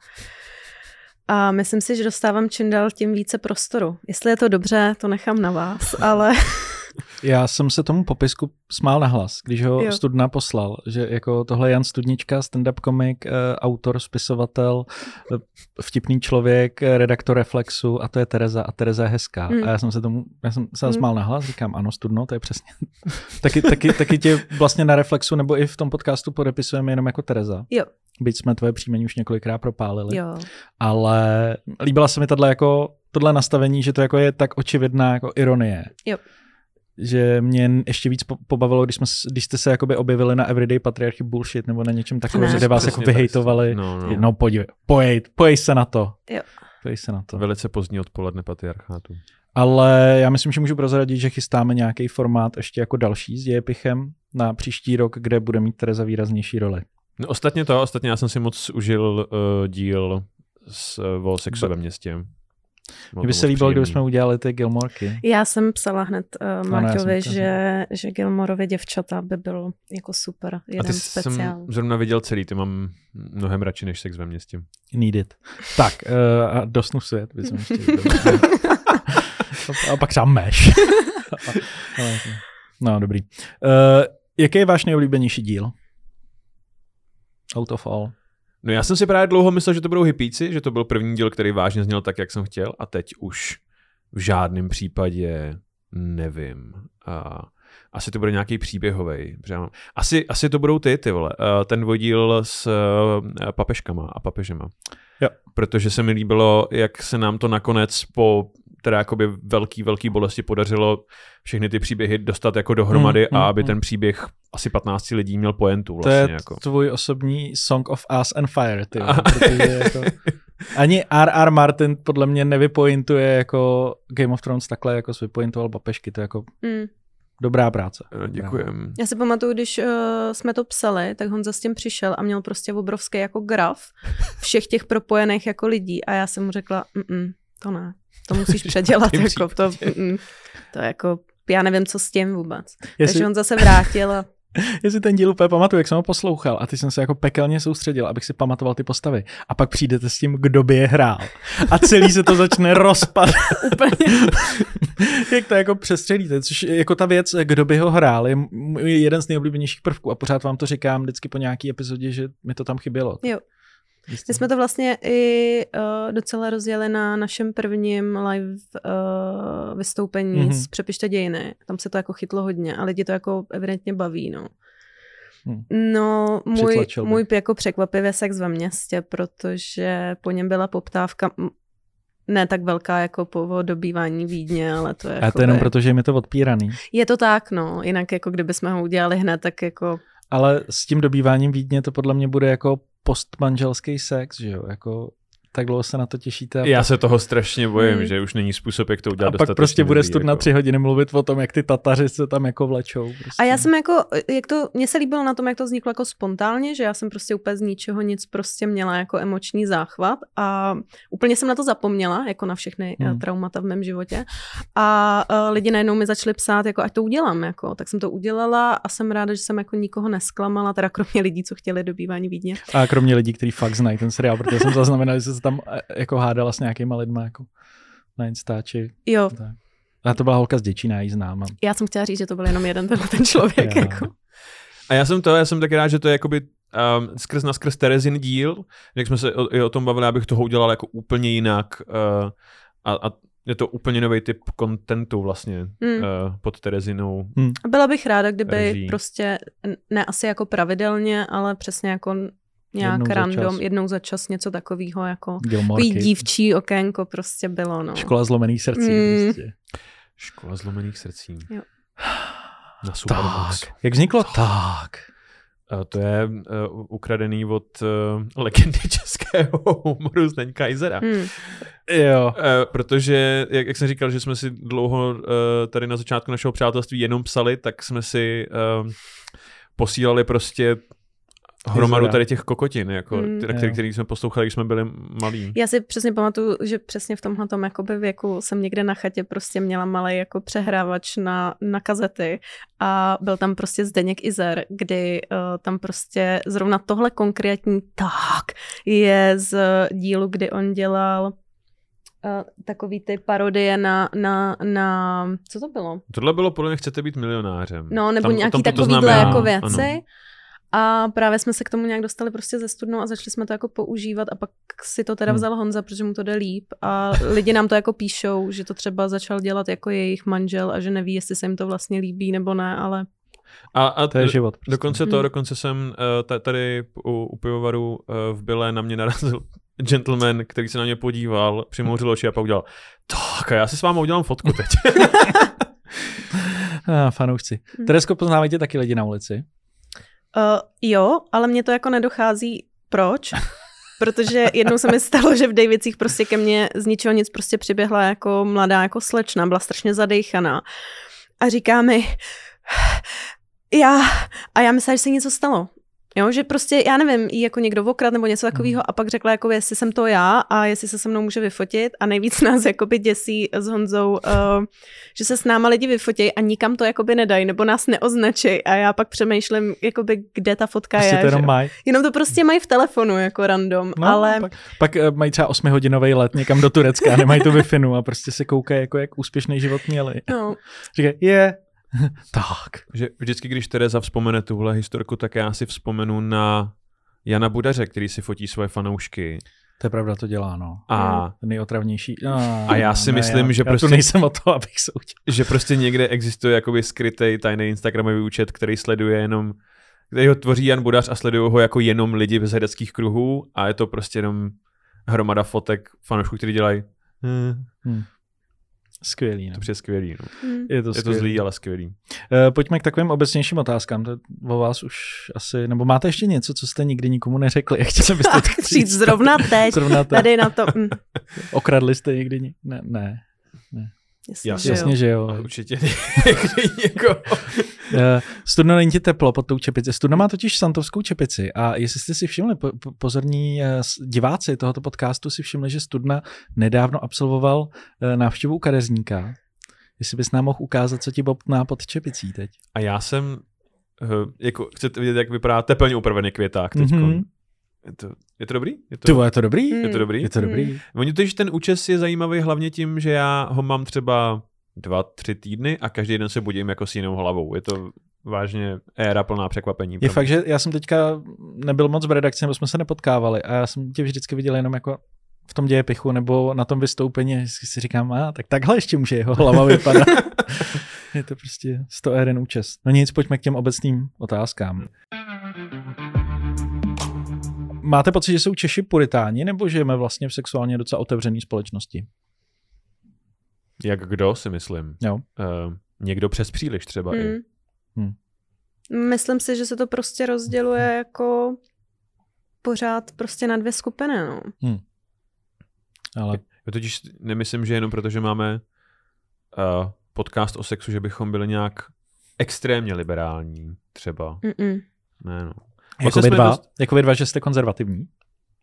S2: A myslím si, že dostávám čím dál tím více prostoru. Jestli je to dobře, to nechám na vás, ale
S3: Já jsem se tomu popisku smál na hlas, když ho
S2: Jo.
S3: jo. Studna poslal, že jako tohle je Jan Studnička, stand-up komik, eh, autor, spisovatel, eh, vtipný člověk, eh, redaktor Reflexu a to je Tereza a Tereza je hezká.
S2: Hmm.
S3: A já jsem se tomu, já jsem se
S2: Hmm.
S3: smál na hlas, říkám ano Studno, to je přesně. taky, taky, taky tě vlastně na Reflexu nebo i v tom podcastu podepisujeme jenom jako Tereza.
S2: Jo.
S3: Byť jsme tvoje příjmení už několikrát propálili
S2: jo.
S3: ale líbila se mi tato jako, tohle nastavení, že to jako je tak očividná jako ironie.
S2: Jo.
S3: Že mě ještě víc po- pobavilo, když, jsme, s- když jste se jakoby objevili na Everyday Patriarchy Bullshit nebo na něčem takovém,
S2: Ne.
S3: že kde vás jako
S1: Přesně tak.
S3: vyhejtovali.
S1: No, no.
S3: No, no podívej, pojej, pojej se na to.
S2: Jo.
S3: Pojej se na to.
S1: Velice pozdní odpoledne patriarchátu.
S3: Ale já myslím, že můžu prozradit, že chystáme nějaký formát ještě jako další s dějepichem na příští rok, kde bude mít Tereza výraznější roli.
S1: No, ostatně to, ostatně já jsem si moc užil uh, díl s, uh, o sexu ve městě.
S3: Mně by se líbilo, kdybychom udělali ty Gilmorky.
S2: Já jsem psala hned uh,
S3: já jsem
S2: Máťovi,
S3: to-
S2: že, že Gilmorovy děvčata by byl jako super,
S1: A
S2: jeden
S1: ty
S2: speciál.
S1: jsem zrovna viděl celý, ty mám mnohem radši než sex ve městě.
S3: Need it. Tak, uh, a dosnu svět, by jsem ještě A pak třeba meš. no, dobrý. Uh, jaký je váš nejoblíbenější díl? Out of all.
S1: No já jsem si právě dlouho myslel, že to budou hypíci, že to byl první díl, který vážně zněl tak, jak jsem chtěl a teď už v žádném případě nevím. A asi to bude nějaký příběhový. Asi, asi to budou ty, ty vole. Eh, Ten dvojdíl s eh, papežkama a papežema.
S3: Jo.
S1: Protože se mi líbilo, jak se nám to nakonec po teda jakoby velký, velký bolesti podařilo všechny ty příběhy dostat jako dohromady
S3: Mm,
S1: a
S3: mm,
S1: aby
S3: mm.
S1: ten příběh asi 15 lidí měl poentu
S3: To
S1: vlastně.
S3: je
S1: jako.
S3: tvůj osobní Song of Us and Fire, ty, jo, protože jako ani R.R. Martin podle mě nevypointuje jako Game of Thrones takhle, jako vypointoval papežky, to jako
S2: Mm.
S3: Dobrá práce.
S1: Eh, Děkujem.
S2: Já si pamatuju, když uh, jsme to psali, tak Honza s tím přišel a měl prostě obrovský jako graf všech těch propojených jako lidí a já jsem mu řekla, "Mm, to ne, to musíš předělat,
S1: žádném
S2: jako to, mm, to jako, já nevím, co s tím vůbec.
S3: Jestli,
S2: Takže on zase vrátil a
S3: jestli ten díl úplně pamatuju, jak jsem ho poslouchal a ty jsem se jako pekelně soustředil, abych si pamatoval ty postavy. A pak přijdete s tím, kdo by je hrál. A celý se to začne rozpad.
S2: úplně,
S3: jak to jako přestřelíte, což je jako ta věc, kdo by ho hrál, je můj jeden z nejoblíbenějších prvků a pořád vám to říkám vždycky po nějaký epizodě, že mi to tam chybělo.
S2: jo.
S3: Vy jste-
S2: My jsme to vlastně i uh, docela rozjeli na našem prvním live uh, vystoupení
S3: Mhm.
S2: mm-hmm. z Přepište dějiny. Tam se to jako chytlo hodně a lidi to jako evidentně baví, no.
S3: Hm.
S2: No, můj,
S3: Přitlačil bych.
S2: můj jako překvapivě sex ve městě, protože po něm byla poptávka m- ne tak velká jako po dobývání Vídně, ale to je,
S3: A
S2: jako
S3: to jenom
S2: by-
S3: proto, že je mi to odpíraný.
S2: je to tak, no. Jinak jako kdybychom ho udělali hned, tak jako
S3: Ale s tím dobýváním Vídně to podle mě bude jako postmanželský sex, že jo? Jako tak dlouho se na to těšíte. a
S1: Já se toho strašně bojím,
S2: Hmm.
S1: že už není způsob, jak to udělat
S3: Mm. a pak
S1: dostatečně
S3: prostě bude
S1: dobrý,
S3: stud na
S1: jako.
S3: tři hodiny mluvit o tom, jak ty Tataři se tam jako vlečou. Prostě.
S2: A já jsem jako, jak to, mně se líbilo na tom, jak to vzniklo jako spontánně, že já jsem prostě úplně z ničeho nic prostě měla jako emoční záchvat a úplně jsem na to zapomněla, jako na všechny
S3: Hmm.
S2: hmm. traumata v mém životě. A eh, lidi najednou mi začali psát, jako ať to udělám, jako. Tak jsem to udělala a jsem ráda, že jsem jako nikoho nesklamala, teda kromě lidí, co chtěli dobývání Vídně.
S3: A kromě lidí, kteří fakt znají ten seriál, protože jsem zaznamenal, že jsi se tam eh, jako hádala s nějakýma lidma jako na Instači.
S2: Jo,
S3: Tak. A to byla holka z Děčína, já ji znám.
S2: já jsem chtěla říct, že to byl jenom jeden tenhle ten člověk,
S3: Já.
S2: jako.
S1: A já jsem to, já jsem taky rád, že to je jakoby um, skrz na skrz Terezin díl, jak jsme se o, i o tom bavili, abych toho udělal jako úplně jinak uh, a, a je to úplně nový typ kontentu vlastně
S3: Mm.
S2: Hmm.
S1: uh, pod Terezinou.
S2: A Byla bych ráda, kdyby
S1: Režii.
S2: prostě, n- ne asi jako pravidelně, ale přesně jako n- nějak
S3: Jednou
S2: jednou
S3: za
S2: random,
S3: čas.
S2: jednou za čas něco takového, jako
S3: Gilmore
S2: takový
S3: Kids.
S2: dívčí okénko prostě bylo, no.
S3: Škola zlomených srdcí.
S2: Mm.
S3: Prostě.
S1: Škola zlomených srdcí.
S2: Jo.
S1: Na Superboxu.
S3: Tak, jak vzniklo tak?
S1: Eh, To je uh, ukradený od uh, legendy českého humoru Zdeňka Izera.
S3: Mm.
S2: Hmm.
S3: Jo.
S1: Eh, protože, jak, jak jsem říkal, že jsme si dlouho eh, tady na začátku našeho přátelství jenom psali, tak jsme si eh, posílali prostě hromadu
S3: Izera.
S1: tady těch kokotin, jako,
S2: Mm.
S1: mm,
S3: Jo.
S1: který, který jsme poslouchali, když jsme byli malí.
S2: Já si přesně pamatuju, že přesně v tomhle tom jakoby věku jsem někde na chatě prostě měla malý jako přehrávač na, na kazety a byl tam prostě Zdeněk Izer, kdy uh, tam prostě zrovna tohle konkrétní tak je z dílu, kdy on dělal uh, takový ty parodie na, na, na, co to bylo?
S1: Tohle bylo podle mě Chcete být milionářem.
S2: No, nebo
S1: Tam-
S2: Tam, nějaký
S1: tam to- to
S2: takovýhle
S1: znamená,
S2: jako
S1: ano.
S2: věci. Ano. A právě jsme se k tomu nějak dostali prostě ze studnou a začali jsme to jako používat a pak si to teda
S3: Hmm.
S2: vzal Honza, protože mu to jde líp a lidi nám to jako píšou, že to třeba začal dělat jako jejich manžel a že neví, jestli se jim to vlastně líbí nebo ne, ale
S1: A, a
S3: To je život. Prostě.
S1: Dokonce to,
S2: Mm.
S1: dokonce jsem eh, ta- tady u, u pivovaru eh, v Byle na mě narazil gentleman, který se na mě podíval, přimouřil oči a pak udělal tak a já si s váma udělám fotku teď.
S3: Ah, fanoušci.
S2: Mm.
S3: Teresko, poznávají tě taky lidi na ulici?
S2: uh, jo, ale mně to jako nedochází. Proč? Protože jednou se mi stalo, že v Davicích prostě ke mně z ničeho nic prostě přiběhla jako mladá jako slečna, byla strašně zadejchaná. A říká mi, já, a já myslela, že se něco stalo. Jo, že prostě, já nevím, jí jako někdo okrad nebo něco takového a pak řekla, jako jestli jsem to já a jestli se se mnou může vyfotit a nejvíc nás jakoby děsí s Honzou, uh, že se s náma lidi vyfotí a nikam to jakoby nedají nebo nás neoznačí a já pak přemýšlím, jakoby kde ta fotka
S3: Prostě
S2: je. že
S3: to jenom
S2: jo.
S3: mají.
S2: Jenom to prostě mají v telefonu jako random,
S3: No,
S2: no, ale
S3: pak, pak eh, mají třeba osmihodinový let někam do Turecka a nemají tu wi a prostě se koukají, jako jak úspěšný život měli.
S2: no,
S3: Říkají, je, tak.
S1: že vždycky, když Tereza vzpomene tuhle historku, tak já si vzpomenu na Jana Budaře, který si fotí svoje fanoušky.
S3: To je pravda, to dělá, no.
S1: A
S3: Ten nejotravnější. No,
S1: A já si myslím,
S3: já,
S1: že
S3: já
S1: prostě-
S3: tu nejsem o to, abych soudil.
S1: že prostě někde existuje jakoby skrytý tajný Instagramový účet, který sleduje jenom který ho tvoří Jan Budař a sledují ho jako jenom lidi bez hereckých kruhů a je to prostě jenom hromada fotek fanoušků, který dělají "Hm,
S3: Skvělý, no.
S1: to přijde skvělý. No.
S2: hm,
S3: Je to,
S1: Je to
S3: skvělý.
S1: zlý, ale skvělý.
S3: Eh, Pojďme k takovým obecnějším otázkám. To o vás už asi, nebo máte ještě něco, co jste nikdy nikomu neřekli? Jak chtěli byste to
S2: říct zrovna teď,
S3: Zrovna to.
S2: tady na to, hm.
S3: Okradli jste někdy? ni- Ne, ne.
S2: Jasně,
S1: Jasně.
S2: že jo.
S3: Jasně, že jo.
S1: A určitě někoho.
S3: Eh, Studno není ti teplo pod tou čepici. Studno má totiž santovskou čepici a jestli jste si všimli, po, po- pozorní eh, s- diváci tohoto podcastu si všimli, že Studna nedávno absolvoval eh, návštěvu u kadeřníka. Jestli bys nám mohl ukázat, co ti bobtná pod čepicí teď.
S1: A já jsem, eh, jako, chcete vidět, jak vypadá tepelně upravený květák teď.
S3: Mhm.
S1: Mm-hmm. Je, to, je to dobrý? Je to,
S3: Ty vole, je to dobrý?
S2: Mm,
S1: je to dobrý?
S3: Je to dobrý.
S1: Oni totiž ten účes je zajímavý hlavně tím, že já ho mám třeba dva, tři týdny a každý den se budím jako s jinou hlavou. Je to vážně éra plná překvapení.
S3: Je
S1: pro mě.
S3: fakt, že já jsem teďka nebyl moc v redakci, nebo jsme se nepotkávali a já jsem tě vždycky viděl jenom jako v tom dějepichu nebo na tom vystoupení a vždycky si říkám, a tak takhle ještě může jeho hlava vypadat. Je to prostě 100 jeden účest. No nic, pojďme k těm obecným otázkám. Máte pocit, že jsou Češi puritáni, nebo žijeme vlastně v sexuálně docela otevřené společnosti?
S1: Jak kdo, si myslím.
S3: Jo.
S1: Eh, někdo přes příliš třeba i.
S2: Hmm.
S3: Hmm.
S2: Myslím si, že se to prostě rozděluje
S3: Hm.
S2: jako pořád prostě na dvě skupiny, no.
S3: Ale
S1: Já totiž nemyslím, že jenom protože máme eh, podcast o sexu, že bychom byli nějak extrémně liberální třeba.
S2: Mm-mm.
S1: Ne, no.
S3: jako
S1: jsme
S3: vy, dva,
S1: dost-
S3: jako vy dva, že jste konzervativní?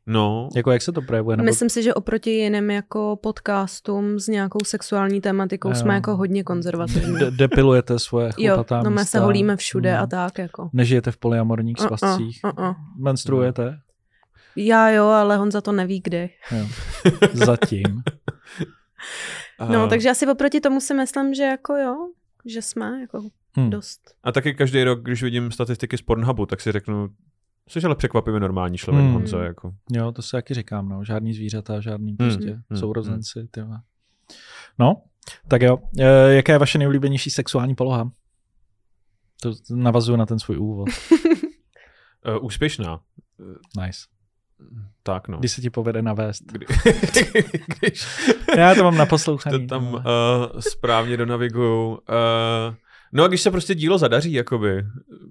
S1: No,
S3: Jako jak se to projevuje? Nebo...
S2: Myslím si, že oproti jiným jako podcastům s nějakou sexuální tematikou
S3: Jo.
S2: jsme jako hodně konzervativní.
S3: Eh, De- depilujete svoje
S2: Jo,
S3: chlupatá
S2: no my se
S3: místa.
S2: holíme všude a
S3: Mm.
S2: tak jako.
S3: Nežijete v polyamorních
S2: Uh, uh,
S3: svazcích.
S2: uh, uh.
S3: Menstruujete?
S2: Já jo, ale Honza to neví kdy.
S3: Zatím.
S2: No,
S1: eh,
S2: takže asi oproti tomu si myslím, že jako jo, že jsme jako
S3: Hmm.
S2: dost.
S1: A taky každý rok, když vidím statistiky z Pornhubu, tak si řeknu, jsi ale překvapivě normální člověk,
S3: Hmm.
S1: Honzo, jako.
S3: Jo, to se taky říkám, no. Žádný zvířata, žádný
S1: Hmm.
S3: prostě
S1: Hmm.
S3: sourozenci, ty vole. No, tak jo. E, jaká je vaše nejoblíbenější sexuální poloha? To navazuje na ten svůj úvod.
S1: Eh, úspěšná.
S3: Nice.
S1: Tak no.
S3: Když se ti povede navést.
S1: Kdy- Když
S3: Já to mám
S1: to
S3: naposlouchaný. no.
S1: tam
S3: ale-
S1: uh, správně donaviguju. Uh, no a když se prostě dílo zadaří, jakoby,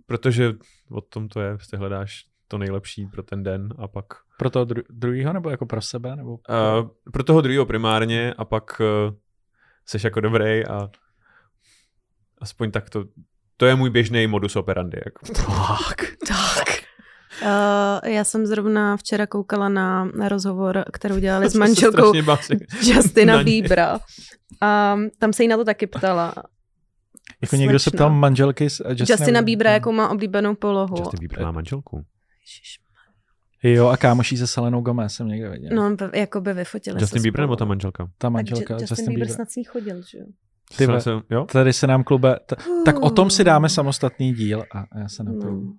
S1: protože o tom to je, prostě hledáš to nejlepší pro ten den a pak
S3: Pro toho dru- druhýho, nebo jako pro sebe? Nebo...
S1: Uh, pro toho druhého primárně a pak uh, seš jako dobrý a aspoň tak to, to je můj běžný modus operandi. Jako.
S3: Tak.
S2: Tak. Uh, já jsem zrovna včera koukala na, na rozhovor, kterou dělali s
S1: Se
S2: manželkou
S1: strašně básí.
S2: Justina
S1: na něj.
S2: Bíbra. A tam se jí na to taky ptala.
S3: Jako někdo se
S2: Slečna.
S3: ptal manželky s Justina,
S2: Justina jako Bíbra, jakou má oblíbenou polohu.
S1: Justin Bieber má manželku.
S2: Ježiš.
S3: Jo, a kámoší se Selenou Gomez jsem někde viděl.
S2: No, b- jako by vyfotili se
S1: Justin Bieber
S2: spolu.
S1: nebo ta manželka?
S3: Ta
S2: Tak Ju-
S3: manželka
S2: Justin,
S3: Justin
S2: Bieber
S3: Bieber.
S2: snad s ní chodil, že jo?
S1: Ty
S3: vole.
S1: se, jo?
S3: Tady se nám klube. T- tak o tom si
S2: Hmm.
S3: dáme samostatný díl a a já se napiju.
S2: No.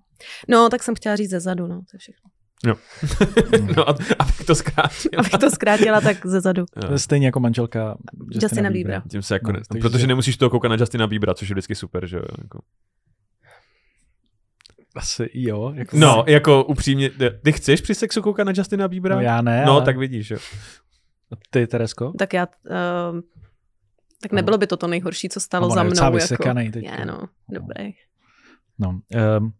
S2: no, tak jsem chtěla říct ze zadu, no, to je všechno.
S1: no a, abych to zkrátil.
S2: Abych to zkrátila, tak ze zadu.
S1: Jo.
S3: Stejně jako manželka Justina,
S2: Justina
S3: Biebera.
S2: Biebera.
S1: Tím se jako
S3: No,
S1: ne,
S3: takže-
S1: protože nemusíš toho koukat na Justina Biebera, což je vždycky super, že jo? Jako.
S3: Asi jo. Jako
S1: No, jako upřímně, ty chceš při sexu koukat na Justina Biebera?
S3: no já ne.
S1: no
S3: ale
S1: tak vidíš, jo.
S3: Ty, Teresko?
S2: Tak já, uh, tak nebylo by to to nejhorší, co stalo
S3: On
S2: za
S3: je docela
S2: mnou. Jako.
S3: vysekanej teď.
S2: Je, no, dobrý.
S3: No. ehm,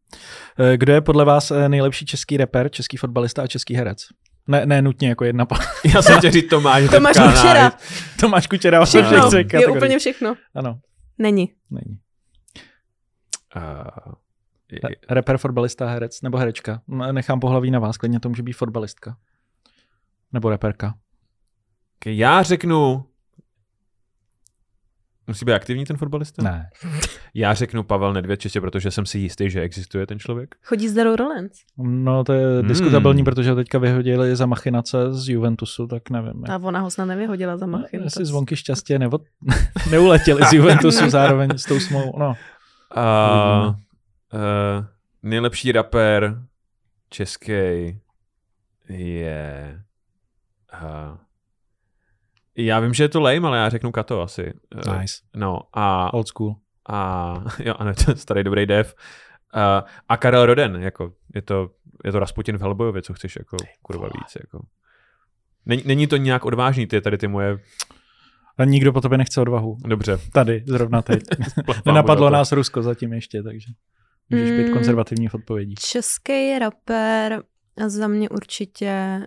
S3: eh, kdo je podle vás eh, nejlepší český reper, český fotbalista a český herec? Ne, ne nutně jako jedna pa...
S1: Já jsem tě říct Tomáš
S2: Tomáš
S1: Řepka,
S2: Kučera.
S1: nice.
S3: Tomáš Kučera.
S2: Všechno,
S1: Všechny
S2: je úplně všechno.
S3: Ano,
S2: Není.
S3: není.
S1: Eh, je-
S3: Re- Reper, fotbalista, herec nebo herečka? M- Nechám pohlaví na vás, klidně to může být fotbalistka. Nebo reperka.
S1: Ok, Já řeknu... Musí být aktivní ten fotbalista?
S3: Ne.
S1: Já řeknu Pavel Nedvěd čistě, protože jsem si jistý, že existuje ten člověk.
S2: Chodí s Darou Rollins.
S3: No to je
S1: Hmm.
S3: diskutabilní, protože ho teďka vyhodili za machinace z Juventusu, tak nevím.
S2: A ona ho snad nevyhodila za machy. no
S3: Jestli
S2: to-
S3: zvonky šťastě nebo neuletěli z Juventusu zároveň s tou smlouvou. No.
S1: A, uh, nejlepší rapper český je... Uh, já vím, že je to lame, ale já řeknu Kato asi. Eh,
S3: Nice.
S1: No a,
S3: Old school.
S1: a jo, ano, to je starý dobrý dev. Uh, a Karel Roden, jako, je to, je to Rasputin v Hellboyovi, co chceš, jako, kurva víc, jako. Není, není to nějak odvážný, ty tady ty moje,
S3: A nikdo po tobě nechce odvahu.
S1: dobře. jako-
S3: Tady, zrovna teď.
S1: plavám
S3: Nenapadlo
S1: do toho.
S3: nás Rusko zatím ještě, takže můžeš být
S2: Mm.
S3: konzervativní v odpovědí.
S2: Český rapper a za mě určitě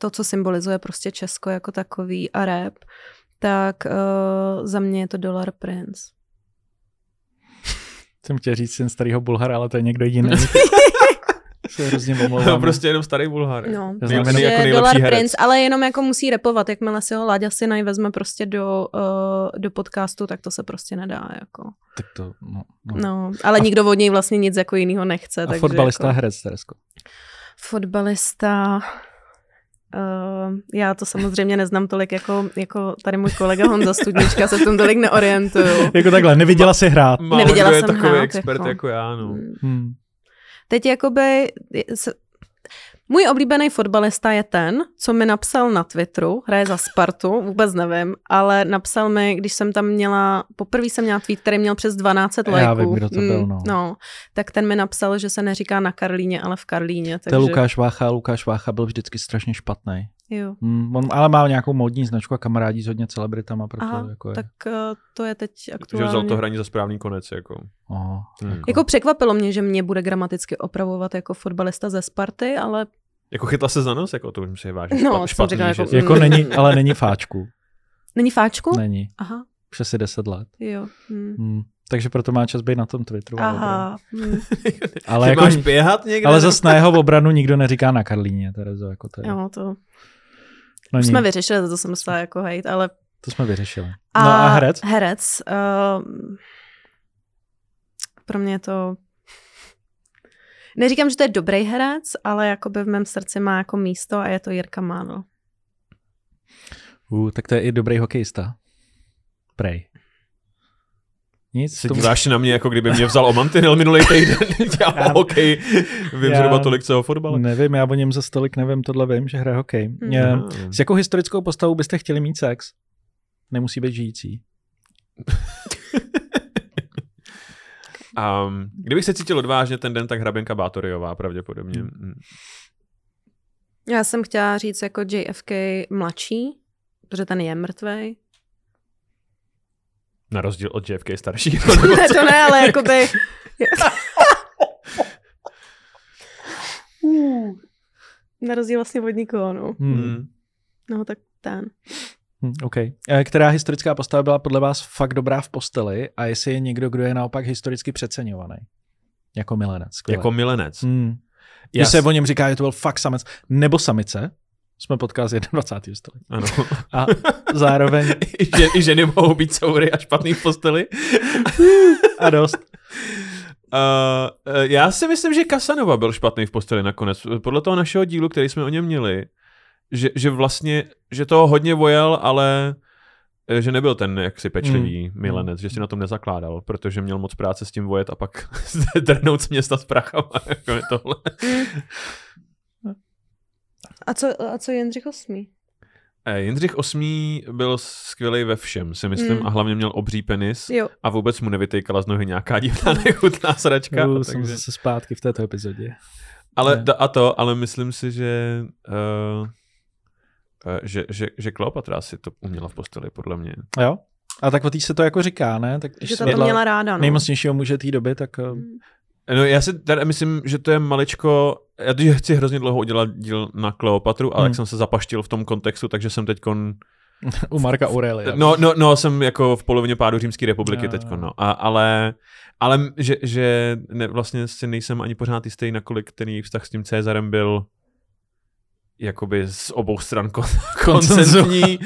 S2: to, co symbolizuje prostě Česko jako takový a rap, tak uh, za mě je to Dollar Prince.
S3: Jsem chtěl říct syn starého Bulhara, ale to je někdo jiný. se hrozně omlouvám.
S1: prostě jenom starý Bulhar.
S2: No,
S3: To
S2: takže
S3: znamená
S1: jako nejlepší
S2: Dollar
S1: herec.
S2: Prince, ale jenom jako musí repovat, jakmile si ho Láďa si najvezme prostě do, uh, do podcastu, tak to se prostě nedá, jako.
S3: Tak to, no, no.
S1: Hmm.
S2: No, ale
S3: A-
S2: nikdo od něj vlastně nic jako jiného nechce.
S3: A
S2: takže
S3: fotbalista
S2: Jako,
S3: herec, Teresko.
S2: fotbalista... Uh, já to samozřejmě neznám tolik, jako, jako tady můj kolega Honza Studnička, se v tom tolik neorientuju.
S3: Jako takhle, neviděla si hrát.
S1: Málo
S2: Neviděla
S1: kdo je
S2: jsem
S1: takový
S2: hrát,
S1: expert
S2: jako.
S1: jako, já, no.
S3: Hmm.
S2: Teď jakoby... je- se- Můj oblíbený fotbalista je ten, co mi napsal na Twitteru, hraje za Spartu, vůbec nevím, ale napsal mi, když jsem tam měla, poprvé jsem měla tweet, který měl přes 12
S3: Já
S2: lajků.
S3: vím, kdo to byl,
S2: Mm,
S3: no.
S2: no. tak ten mi napsal, že se neříká na Karlíně, ale v Karlíně. Takže,
S3: To je Lukáš Vácha, Lukáš Vácha byl vždycky strašně špatný.
S2: Jo.
S3: Hmm, on ale má nějakou módní značku a kamarádí s hodně celebritama, proto
S2: Aha,
S3: Aha, jako je.
S2: Tak eh, to je teď
S1: Jako, Že
S2: aktuálně.
S1: vzal to hraní za správný konec, jako.
S3: Aha,
S1: Hmm.
S3: jako,
S2: Jako překvapilo mě, že mě bude gramaticky opravovat jako fotbalista ze Sparty, ale
S1: Jako chytla se za nos, jako to musím vážit.
S2: No,
S1: No,
S2: jsem
S1: špatný,
S2: říkala,
S1: že?
S2: jako-
S3: jako není, ale není fáčku.
S2: není fáčku?
S3: Není.
S2: Aha,
S3: Přes 10 let.
S2: jo. Hm.
S3: Hmm. Takže proto má čas být na tom Twitteru. ale dobrý.
S2: Aha. Hm.
S3: Ale,
S1: Že
S3: jako,
S1: máš běhat někde?
S3: ale zas na jeho obranu nikdo neříká na Karlíně, Terezo, jako to je.
S2: Jo, to
S3: No,
S2: už
S3: ní,
S2: jsme vyřešili, to jsem myslela jako hejt, ale...
S3: to jsme vyřešili. no a herec?
S2: Herec. Uh, pro mě je to... Neříkám, že to je dobrý herec, ale jakoby v mém srdci má jako místo a je to Jirka Mádl.
S3: Uh, tak to je i dobrý hokejista. Prej. Nic,
S1: Se
S3: tomu-
S1: díváš na mě, jako kdyby mě vzal o mantinel minulý týden. Já
S3: Já-
S1: o hokej vím
S3: já-
S1: zhruba tolik, co o fotbale.
S3: Nevím, já o něm za stolik nevím, tohle vím, že hraje hokej.
S2: Mhm.
S3: Eh,
S1: Aha.
S3: S jakou historickou postavou byste chtěli mít sex? Nemusí být žijící.
S1: Um, kdybych se cítil odvážně ten den, tak Hrabenka Bátoriová pravděpodobně.
S3: Hmm.
S1: Mm.
S2: Já jsem chtěla říct jako JFK mladší, protože ten je mrtvej.
S1: Na rozdíl od JFK starší.
S2: ne, to ne, ale jakoby... Uh, Na rozdíl vlastně od nikoho, no.
S1: Mm.
S2: No tak ten.
S3: Hmm, okay. Eh, Která historická postava byla podle vás fakt dobrá v posteli a jestli je někdo, kdo je naopak historicky přeceňovaný? Jako milenec. skvělé.
S1: Jako milenec.
S3: Hmm.
S1: Já
S3: Když se
S1: s-
S3: o něm říká, že to byl fakt samec nebo samice, jsme podcast z 21. století.
S1: Ano.
S3: A zároveň
S1: I, že, I ženy mohou být soury a špatný v posteli.
S3: a dost.
S1: Uh, uh, já si myslím, že Kasanova byl špatný v posteli nakonec. Podle toho našeho dílu, který jsme o něm měli, že, že vlastně, že toho hodně vojel, ale eh, že nebyl ten jaksi pečlivý mm. milenec, že si na tom nezakládal, protože měl moc práce s tím vojet a pak drhnout z města s prachama, jako je tohle.
S2: A co, a co Jindřich osmý?
S1: Eh, Jindřich VIII byl skvělý ve všem, si myslím,
S2: Mm.
S1: mm. a hlavně měl obří penis
S2: Jo.
S1: a vůbec mu nevytejkala z nohy nějaká divná nechutná sračka.
S3: Uh,
S1: takže-
S3: jsem zase zpátky v této epizodě.
S1: Ale
S3: Ne.
S1: da, a to, ale myslím si, že, uh, že, že, že Kleopatra si to uměla v posteli, podle mě.
S3: Jo? A tak o tý se to jako říká, ne? Tak když
S2: Že to
S3: svedla
S2: měla ráda, no.
S3: nejmocnějšího muže té doby, tak eh,
S1: No já si teda myslím, že to je maličko, já teď chci hrozně dlouho udělat díl na Kleopatru, ale
S3: Hmm.
S1: jak jsem se zapaštil v tom kontextu, takže jsem teďkon,
S3: u Marka Aurelia.
S1: no, no, no jsem jako v polovině pádu Římské republiky
S3: Jo, jo.
S1: teďkon, no. A, ale, ale m- že, že ne, vlastně si nejsem ani pořád jistý, nakolik ten její vztah s tím Cezarem byl jakoby z obou stran kon- Eh, koncentní.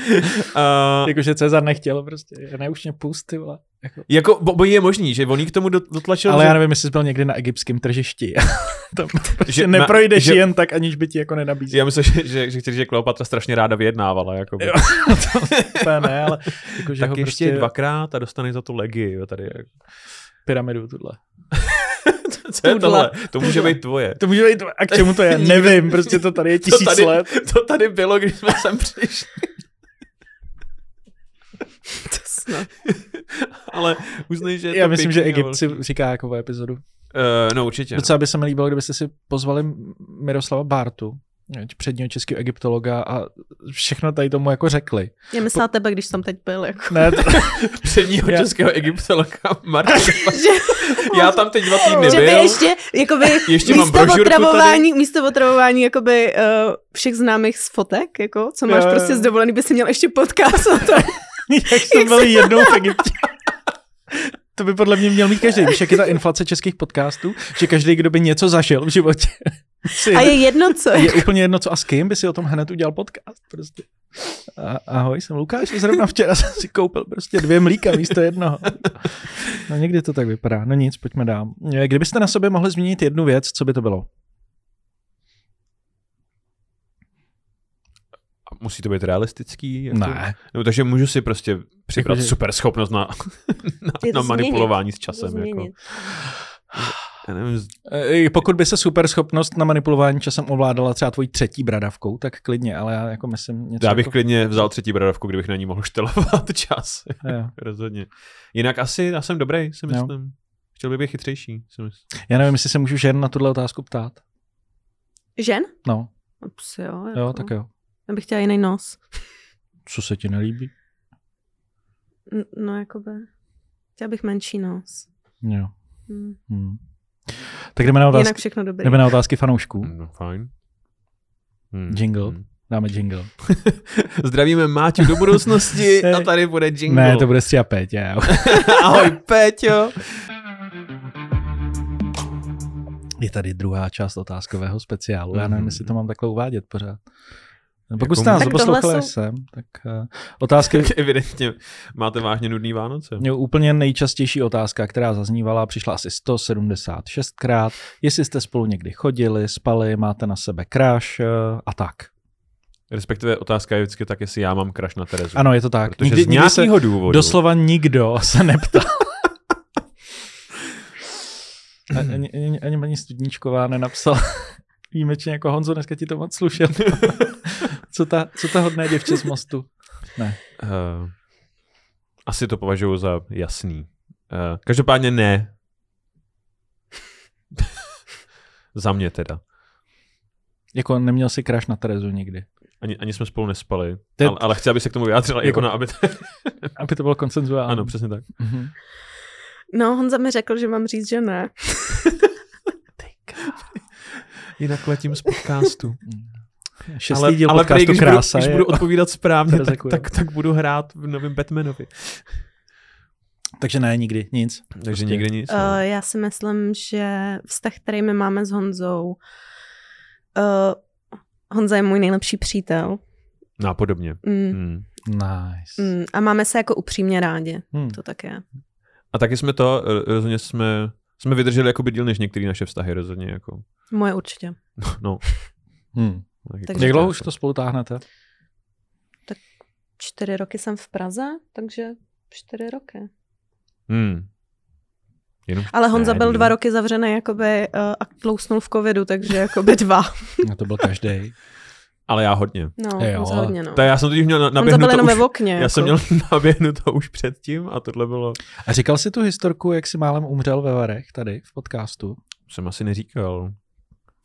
S1: A-
S3: Jakože Cezar nechtěl prostě, ne už mě pust, ty vole. Jako.
S1: Jako, bo, bo je možný, že on jí k tomu dot- dotlačil,
S3: Ale
S1: že,
S3: já nevím, jestli jsi byl někdy na egyptském tržišti. Tam prostě
S1: Že
S3: že
S1: na-
S3: neprojdeš
S1: že-
S3: že... jen tak, aniž by ti jako nenabízí.
S1: já myslím, že, že, že chci říct, že Kleopatra strašně ráda vyjednávala. Jako
S3: Jo, Úplně ne, ale jako, že
S1: tak
S3: ho
S1: ještě
S3: prostě
S1: dvakrát a dostaneš za to legii. Jo, tady. jako.
S3: pyramidu tuhle.
S1: Co je
S2: Tudle.
S1: tohle? To může být tvoje.
S3: To může být, a k čemu to je? Nevím, prostě to tady je
S1: to,
S3: tisíc
S1: tady,
S3: let.
S1: to tady bylo, když jsme sem přišli.
S2: To snad.
S1: Ale uznej, že je
S3: Já
S1: to
S3: myslím,
S1: pěkný
S3: že
S1: a
S3: Egypt si
S1: velký.
S3: říká jako o epizodu.
S1: Eh, no určitě.
S3: Docela by se mi líbilo, kdybyste si pozvali Miroslava Bártu, předního českého egyptologa a všechno tady tomu jako řekli.
S2: Já myslela tebe, když jsem teď byl, jako.
S3: Ne, to,
S1: No. Předního
S3: Já-
S1: českého egyptologa Marka.
S2: Že,
S1: Já tam teď dva týdny
S2: že by
S1: byl.
S2: ještě, jakoby,
S1: Ještě mám
S2: místo,
S1: brožurku tady.
S2: otravování, místo otravování, jakoby, uh, všech známých z fotek, jako, co máš
S3: Jo, jo.
S2: prostě z dovolený, by si měl ještě podcast o tom.
S3: jak jsem byl jednou v Egyptě. To by podle mě měl mít každý. Víš, jak je ta inflace českých podcastů, že každý, kdo by něco zažil v životě, si
S2: A je jedno, co je.
S3: je úplně jedno, co a s kým by si o tom hned udělal podcast. Prostě. A, ahoj, jsem Lukáš a zrovna včera jsem si koupil prostě dvě mlíka místo jednoho. No někdy to tak vypadá. No nic, pojďme dál. Eh, Kdybyste na sobě mohli změnit jednu věc, co by to bylo?
S1: A Musí to být realistický? Jako? No, takže můžu si prostě přibrat
S3: Jakože-
S1: super schopnost na,
S2: Je
S1: na,
S2: to
S1: na
S2: změnit.
S1: manipulování s časem.
S2: Změnit.
S1: Jako. Já nevím, z-
S3: Eh, Pokud by se superschopnost na manipulování časem ovládala třeba tvojí třetí bradavkou, tak klidně, ale já jako myslím něco
S1: já bych
S3: jako...
S1: klidně vzal třetí bradavku, kdybych na ní mohl štelovat čas.
S3: Jo.
S1: Rozhodně. Jinak asi já jsem dobrý, si myslím. Chtěl bych být chytřejší, si myslím.
S3: Já nevím, jestli se můžu žen na tuhle otázku ptát.
S2: Žen?
S3: No,
S2: Ups, jo, jako.
S3: jo, tak jo.
S2: Já bych chtěla jiný nos.
S3: Co se ti nelíbí?
S2: N- No, jakoby. Chtěla bych menší nos.
S3: Jo.
S2: Hm.
S3: Hmm. Tak jdeme na otázky,
S2: Jinak všechno dobré.
S3: No, jdeme na otázky fanoušků.
S1: No, fajn. Hmm.
S3: Jingle. Dáme jingle.
S1: Zdravíme Máťu do budoucnosti
S3: Ne.
S1: a tady bude jingle.
S3: Ne, to bude stříha Péť, já.
S1: Ahoj, Péťo.
S3: Je tady druhá část otázkového speciálu. Já
S1: Mhm.
S3: nevím, jestli to mám takhle uvádět pořád. No,
S1: Jako
S3: Pokud jste nás
S1: můžeš.
S2: Tak tohle
S3: poslouchali
S2: jsou-
S3: sem, tak uh, otázky
S1: Evidentně máte vážně nudný Vánoce.
S3: Jo, úplně nejčastější otázka, která zaznívala, přišla asi 176krát. Jestli jste spolu někdy chodili, spali, máte na sebe kráš eh, a tak.
S1: Respektive otázka je vždycky tak, jestli já mám kraš na Terezu.
S3: Ano, je to tak.
S1: Protože z nějakého důvodu.
S3: doslova nikdo se neptal. Ani, ani, ani, ani paní Studničková nenapsala výjimečně jako Honzo, dneska ti to moc slušel. co, ta, co ta hodná děvče z mostu?
S1: Uh, asi to považuji za jasný. Uh, každopádně ne. za mě teda.
S3: Jako neměl si kráš na Terezu nikdy.
S1: Ani, ani jsme spolu nespali.
S3: To je-
S1: Ale, ale chci, aby se k tomu vyjádřila jako
S3: Jako-
S1: na, aby...
S3: Aby to bylo koncenzuální.
S1: ano, přesně tak.
S3: Mhm.
S2: No, Honza mi řekl, že mám říct, že ne.
S1: Jinak letím z podcastu.
S3: Šestý díl
S1: ale
S3: podcastu
S1: prej, když,
S3: Krása
S1: budu, když
S3: je
S1: budu odpovídat správně,
S3: Tereza
S1: tak,
S3: Kujela.
S1: tak, tak, budu hrát v novém Batmanovi.
S3: Takže ne, nikdy, nic.
S1: Takže nikdy nic. no.
S2: Uh, já si myslím, že vztah, který my máme s Honzou, uh, Honza je můj nejlepší přítel.
S1: Nápodobně.
S2: Mm,
S1: No Hmm.
S3: Nice.
S2: mm, a máme se jako upřímně rádi.
S3: Hmm.
S2: To tak je.
S1: A taky jsme to, eh, rozhodně jsme, jsme vydrželi jakoby díl než některé naše vztahy, rozhodně jako.
S2: Moje určitě.
S1: No,
S3: Hmm.
S1: tak jako
S2: Takže-
S3: Jak dlouho
S1: jako-
S3: už to spolu táhnete?
S2: Čtyři roky jsem v Praze, takže čtyři roky.
S1: Hmm. Jenom...
S2: Ale Honza
S1: Ne,
S2: byl
S1: není.
S2: dva roky zavřený jakoby, uh, a tlousnul v covidu, takže jakoby dva.
S3: No to byl každý.
S1: Ale já hodně.
S2: No,
S3: Jo.
S2: jo, Honza hodně, no.
S1: Tak já jsem totiž měl na-
S2: Honza byl
S1: naběhnuto
S2: jenom
S1: už,
S2: ve okně. jako.
S1: já jsem měl naběhnuto už předtím a tohle bylo,
S3: A říkal jsi tu historku, jak jsi málem umřel ve Varech tady v podcastu?
S1: jsem asi neříkal.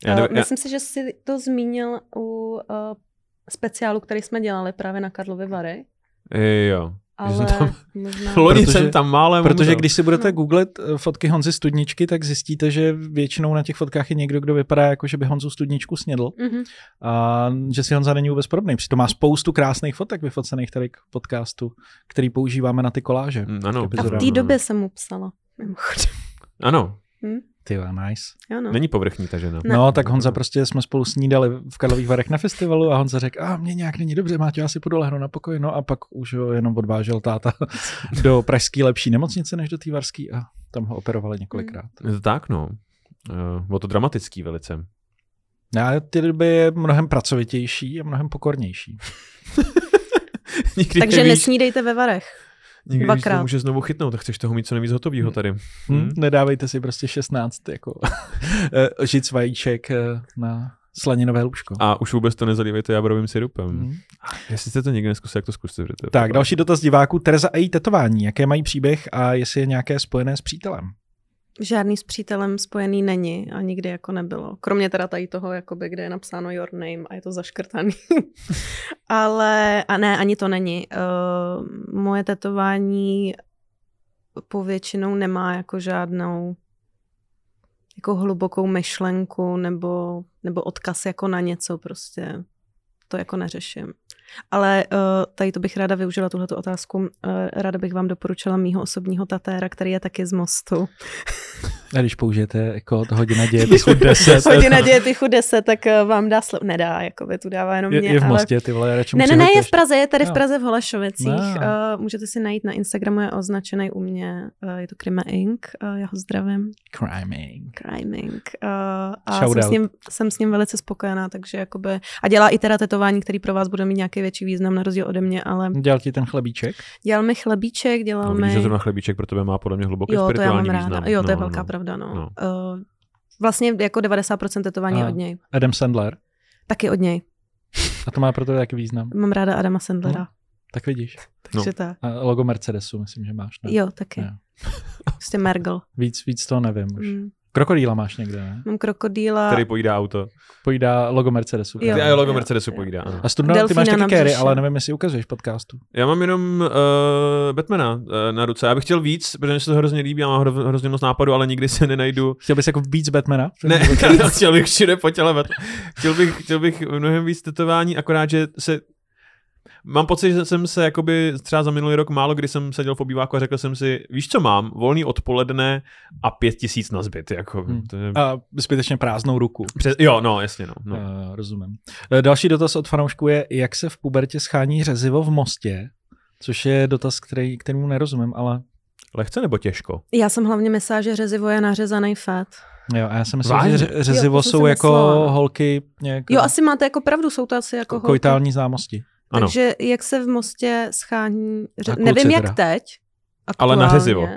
S2: Já
S1: Já nevím, já,
S2: Eh, Myslím si, že jsi to zmínil u uh, speciálu, který jsme dělali právě na Karlovy Vary.
S1: jo.
S2: Ale
S1: Že jsem tam-
S2: možná...
S1: Loni
S3: Protože-
S1: jsem tam málem
S3: Protože
S1: umřel.
S3: když si budete
S2: No.
S3: googlet eh, fotky Honzy Studničky, tak zjistíte, že většinou na těch fotkách je někdo, kdo vypadá jako, že by Honzu Studničku snědl
S2: Mhm.
S3: a že si Honza není vůbec podobný. Přitom má spoustu krásných fotek vyfocených tady k podcastu, který používáme na ty koláže.
S1: Mm, ano.
S2: A
S3: Epizodám.
S2: v té době jsem mu psala. Mimochodem.
S1: Ano,
S2: Hm?
S3: Ty jo, nice.
S2: Jo, no.
S1: není povrchní ta žena.
S2: Ne.
S3: No, tak Honza prostě jsme spolu snídali v Karlových Varech na festivalu a Honza řekl, a mě nějak není dobře, Máťo, já si půjdu lehnu na pokoj. No a pak už ho jenom odvážel táta do pražské lepší nemocnice než do té varský a tam ho operovali několikrát.
S1: Je to tak, no. Uh, bylo to dramatický velice. Hmm.
S3: Já ty doby je mnohem pracovitější a mnohem pokornější.
S1: Nikdy
S2: Takže
S1: nevíš,
S2: nesnídejte ve varech.
S1: nikdy nevíš, co
S2: dvakrát.
S1: může znovu chytnout, tak chceš toho mít co nejvíc hotovýho tady.
S3: Hm?
S1: Hmm.
S3: Nedávejte si prostě 16 jako eh, žic vajíček eh, na slaninové lůžko.
S1: A Hmm. už vůbec to nezalívejte jabrovým syrupem.
S3: Hm?
S1: Jestli jste to nikdy neskusili, jak to zkuste. protože to je
S3: Tak,
S1: fakt-
S3: další dotaz diváků. Tereza a její tetování. Jaké mají příběh a jestli je nějaké spojené s přítelem?
S2: Žádný s přítelem spojený není a nikdy jako nebylo. Kromě teda tady toho, jakoby, kde je napsáno your name a je to zaškrtaný. Ale a ne, ani to není. Uh, moje tetování povětšinou nemá jako žádnou jako hlubokou myšlenku nebo, nebo odkaz jako na něco prostě. To jako neřeším. Ale uh, tady to bych ráda využila, tuhletu otázku. Uh, ráda bych vám doporučila mýho osobního tatéra, který je taky z mostu.
S3: A když použijete jako to hodina dějepichu
S1: Jsou
S3: 10,
S2: Hodina dějepichu 10, tak eh, vám dá slovo. Nedá, jako by tu dává jenom
S3: je,
S2: mě.
S3: je v
S2: ale...
S3: Mostě, ty vole, radši mu
S2: Ne, ne, ne, je
S3: přihoďte
S2: v Praze, je tady v
S3: Jo.
S2: Praže v Holešovicích.
S3: No.
S2: Uh, můžete si najít na Instagramu, je označený u mě, uh, je to Krima Inc., uh, já ho zdravím,
S3: ještě Criming.
S2: Crime Inc. Uh, a
S3: Shout
S2: jsem s,
S3: out.
S2: ním, jsem s ním velice spokojená, takže jakoby, a dělá i teda tetování, který pro vás bude mít nějaký větší význam, na rozdíl ode mě, ale
S3: Dělal ti ten chlebíček?
S2: dělal mi chlebíček, dělal
S1: Hmm. No,
S2: mi...
S1: vidíš, že zrovna chlebíček pro tebe má podle mě hluboký
S2: Jo, to já mám
S1: spirituální
S2: ráda.
S1: význam.
S2: Jo, to je
S1: No,
S2: velká
S1: no.
S2: pravda, no.
S1: No.
S2: Uh, vlastně jako 90% tetování je
S3: A.
S2: od něj.
S3: Adam Sandler.
S2: Taky od něj.
S3: A to má pro tebe taky význam.
S2: Mám ráda Adama
S1: No.
S2: Sandlera,
S3: Tak vidíš.
S2: takže tak.
S3: A logo Mercedesu, myslím, že máš. Ne?
S2: Jo, taky.
S3: No. Jo.
S2: Prostě Mergl.
S3: Víc, víc toho nevím už.
S2: Mm.
S3: Krokodýla máš někde, ne?
S2: Mám krokodýla.
S1: Který pojídá auto.
S3: Pojídá logo Mercedesu.
S2: Jo.
S1: Ty
S3: právě.
S1: a logo
S2: jo,
S1: Mercedesu
S2: jo.
S1: pojídá. ano.
S3: A studna, ty
S2: Delfína
S3: máš
S2: na
S3: taky Kerry,
S2: břiše.
S3: ale nevím, jestli ukazuješ podcastu.
S1: Já mám jenom uh, Batmana uh, na ruce. Já bych chtěl víc, protože mi se to hrozně líbí, já mám hro, hrozně moc nápadů, ale nikdy se nenajdu.
S3: Chtěl bys jako víc Batmana?
S1: Ne, chtěl bych všude potělevat. Chtěl bych, chtěl bych mnohem víc tetování, akorát, že se Mám pocit, že jsem se jakoby třeba za minulý rok málo, kdy jsem seděl v obýváku a řekl jsem si, víš co mám, volný odpoledne a pět tisíc na zbyt. Jako,
S3: Hmm.
S1: to je...
S3: A zbytečně prázdnou ruku.
S1: Přes... Jo, no, jasně, no. no.
S3: No. Rozumím. Eh, Další dotaz od fanoušku je, jak se v pubertě schání řezivo v mostě? Což je dotaz, který, kterému nerozumím, ale
S1: Lehce nebo těžko?
S2: Já jsem hlavně myslela, že řezivo je nařezaný fat.
S3: jo, a já si myslím,
S1: Vážně?
S3: že ře- řezivo
S2: Jo, to jsem
S3: jsou
S2: si
S3: jako
S2: myslela, no.
S3: holky nějak
S2: Jo, asi máte jako pravdu, jsou to asi jako
S3: ko-
S2: holky.
S3: koitální známosti.
S1: Ano.
S2: Takže jak se v Mostě schání, ře...
S3: A kluci
S2: nevím jak
S3: teda.
S2: teď,
S1: Ale na
S2: aktuálně.
S1: řezivo.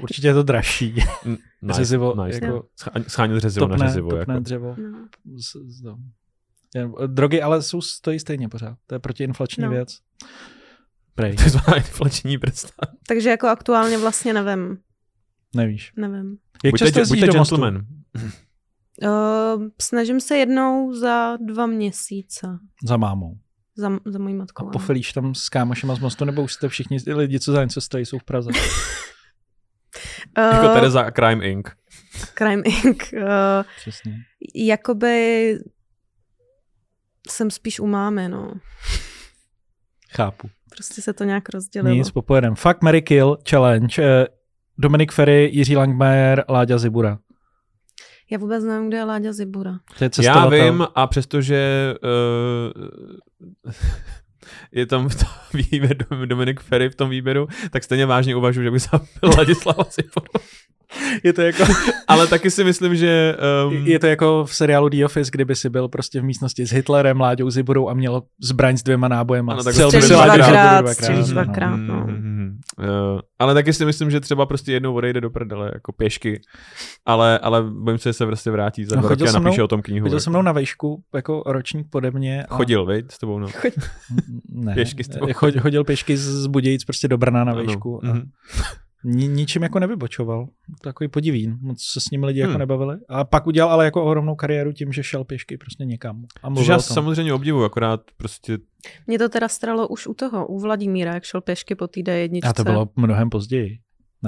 S3: Určitě je to dražší.
S1: N- nice,
S3: Řezivo,
S1: nice.
S3: jako-
S1: Schá- Schánit No. řezivo
S3: Topné,
S1: na řezivo.
S3: topné
S1: jako.
S3: dřevo.
S2: No.
S3: z, z, no. Jen- Drogy ale jsou stojí stejně pořád. To je protiinflační
S2: No.
S3: věc. Prej,
S1: To je zvláštní inflační prsta.
S2: Takže jako aktuálně vlastně nevím,
S3: nevíš.
S2: nevím.
S3: Jak
S1: buďte,
S3: často jezdíš
S1: buďte
S3: do mostu?
S1: gentleman.
S2: Uh, snažím se jednou za dva měsíce
S3: Za mámou.
S2: za, za mojí matkou.
S3: A
S2: ano.
S3: pofelíš tam s kámošema z mostu, nebo už jste všichni ty lidi, co za něco stojí, jsou v Praze.
S2: Eh,
S1: Jako Tereza a Crime Inc.
S2: Crime Inc. Uh,
S3: Přesně.
S2: jakoby jsem spíš u mámy, no.
S3: Chápu.
S2: Prostě se to nějak rozdělilo.
S3: Nic, popojedem. Fuck, Mary Kill, Challenge. Eh, Dominik Ferry, Jiří Langmajer, Láďa Zibura.
S2: Já vůbec nevím, kde je Láďa Zibura.
S3: To je
S1: Já
S3: cestovatel.
S1: vím a přestože uh, je tam v tom výběr Dom- Dominik Ferry v tom výběru, tak stejně vážně uvažuji, že bych zabil Ladislava Siporu.
S3: Je to jako,
S1: Ale taky si myslím, že... Um,
S3: je to jako v seriálu The Office, kdyby si byl prostě v místnosti s Hitlerem, Láďou Ziburou a měl zbraň s dvěma nábojema.
S1: Ano, tak
S3: Střelil by
S1: střelíš
S3: si Láďu
S1: dvakrát,
S3: Ziburu
S2: střelíš
S3: No, no.
S2: dvakrát.
S1: Mm,
S2: no.
S1: mm, uh, ale taky si myslím, že třeba prostě jednou odejde do prdele, jako pěšky. Ale, ale bojím se, že se prostě vrátí za
S3: No,
S1: dva roky
S3: chodil
S1: a
S3: se mnou-
S1: napíše o tom knihu.
S3: Chodil
S1: jako.
S3: se mnou na vejšku, jako ročník pode mě. A...
S1: Chodil, viď, s tebou, no.
S3: Ne,
S1: Pěšky s tebou.
S3: Cho- Chodil pěšky z Budějic prostě do Brna na
S1: Ano,
S3: vejšku. no. A
S1: mhm.
S3: ni- ničím jako nevybočoval. Takový podivín. Moc se s ním lidi jako
S1: Hmm.
S3: nebavili. A pak udělal ale jako ohromnou kariéru tím, že šel pěšky prostě někam. A
S1: Což
S3: mluvil
S1: já
S3: o tom.
S1: samozřejmě obdivuju, akorát prostě
S2: Mě to teda stralo už u toho, u Vladimíra, jak šel pěšky po té D1.
S3: A to bylo mnohem později.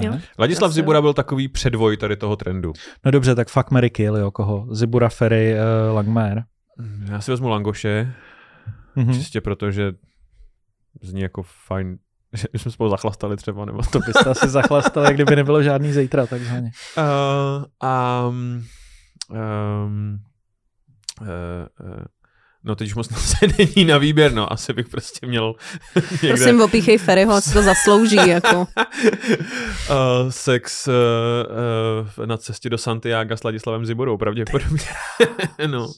S2: Jo.
S3: Ne?
S1: Ladislav
S2: Asi
S1: Zibura byl takový předvoj tady toho trendu.
S3: No dobře, tak fuck Mary Kill, jo, koho? Zibura, Ferry, uh, Langmair.
S1: Mhm, Já si vezmu Langoše,
S3: Mhm.
S1: čistě proto, že zní jako fajn, že jsme spolu zachlastali třeba, nebo to.
S3: To byste asi zachlastali, kdyby nebylo žádný zítra, takzvaně.
S1: Uh, a um, um, uh, uh, no teď už moc se není na výběr, no asi bych prostě měl někde
S2: Prosím, opíchej Ferryho, ať si to zaslouží. jako.
S1: uh, sex uh, uh, na cestě do Santiago s Ladislavem Ziborou, pravděpodobně. no.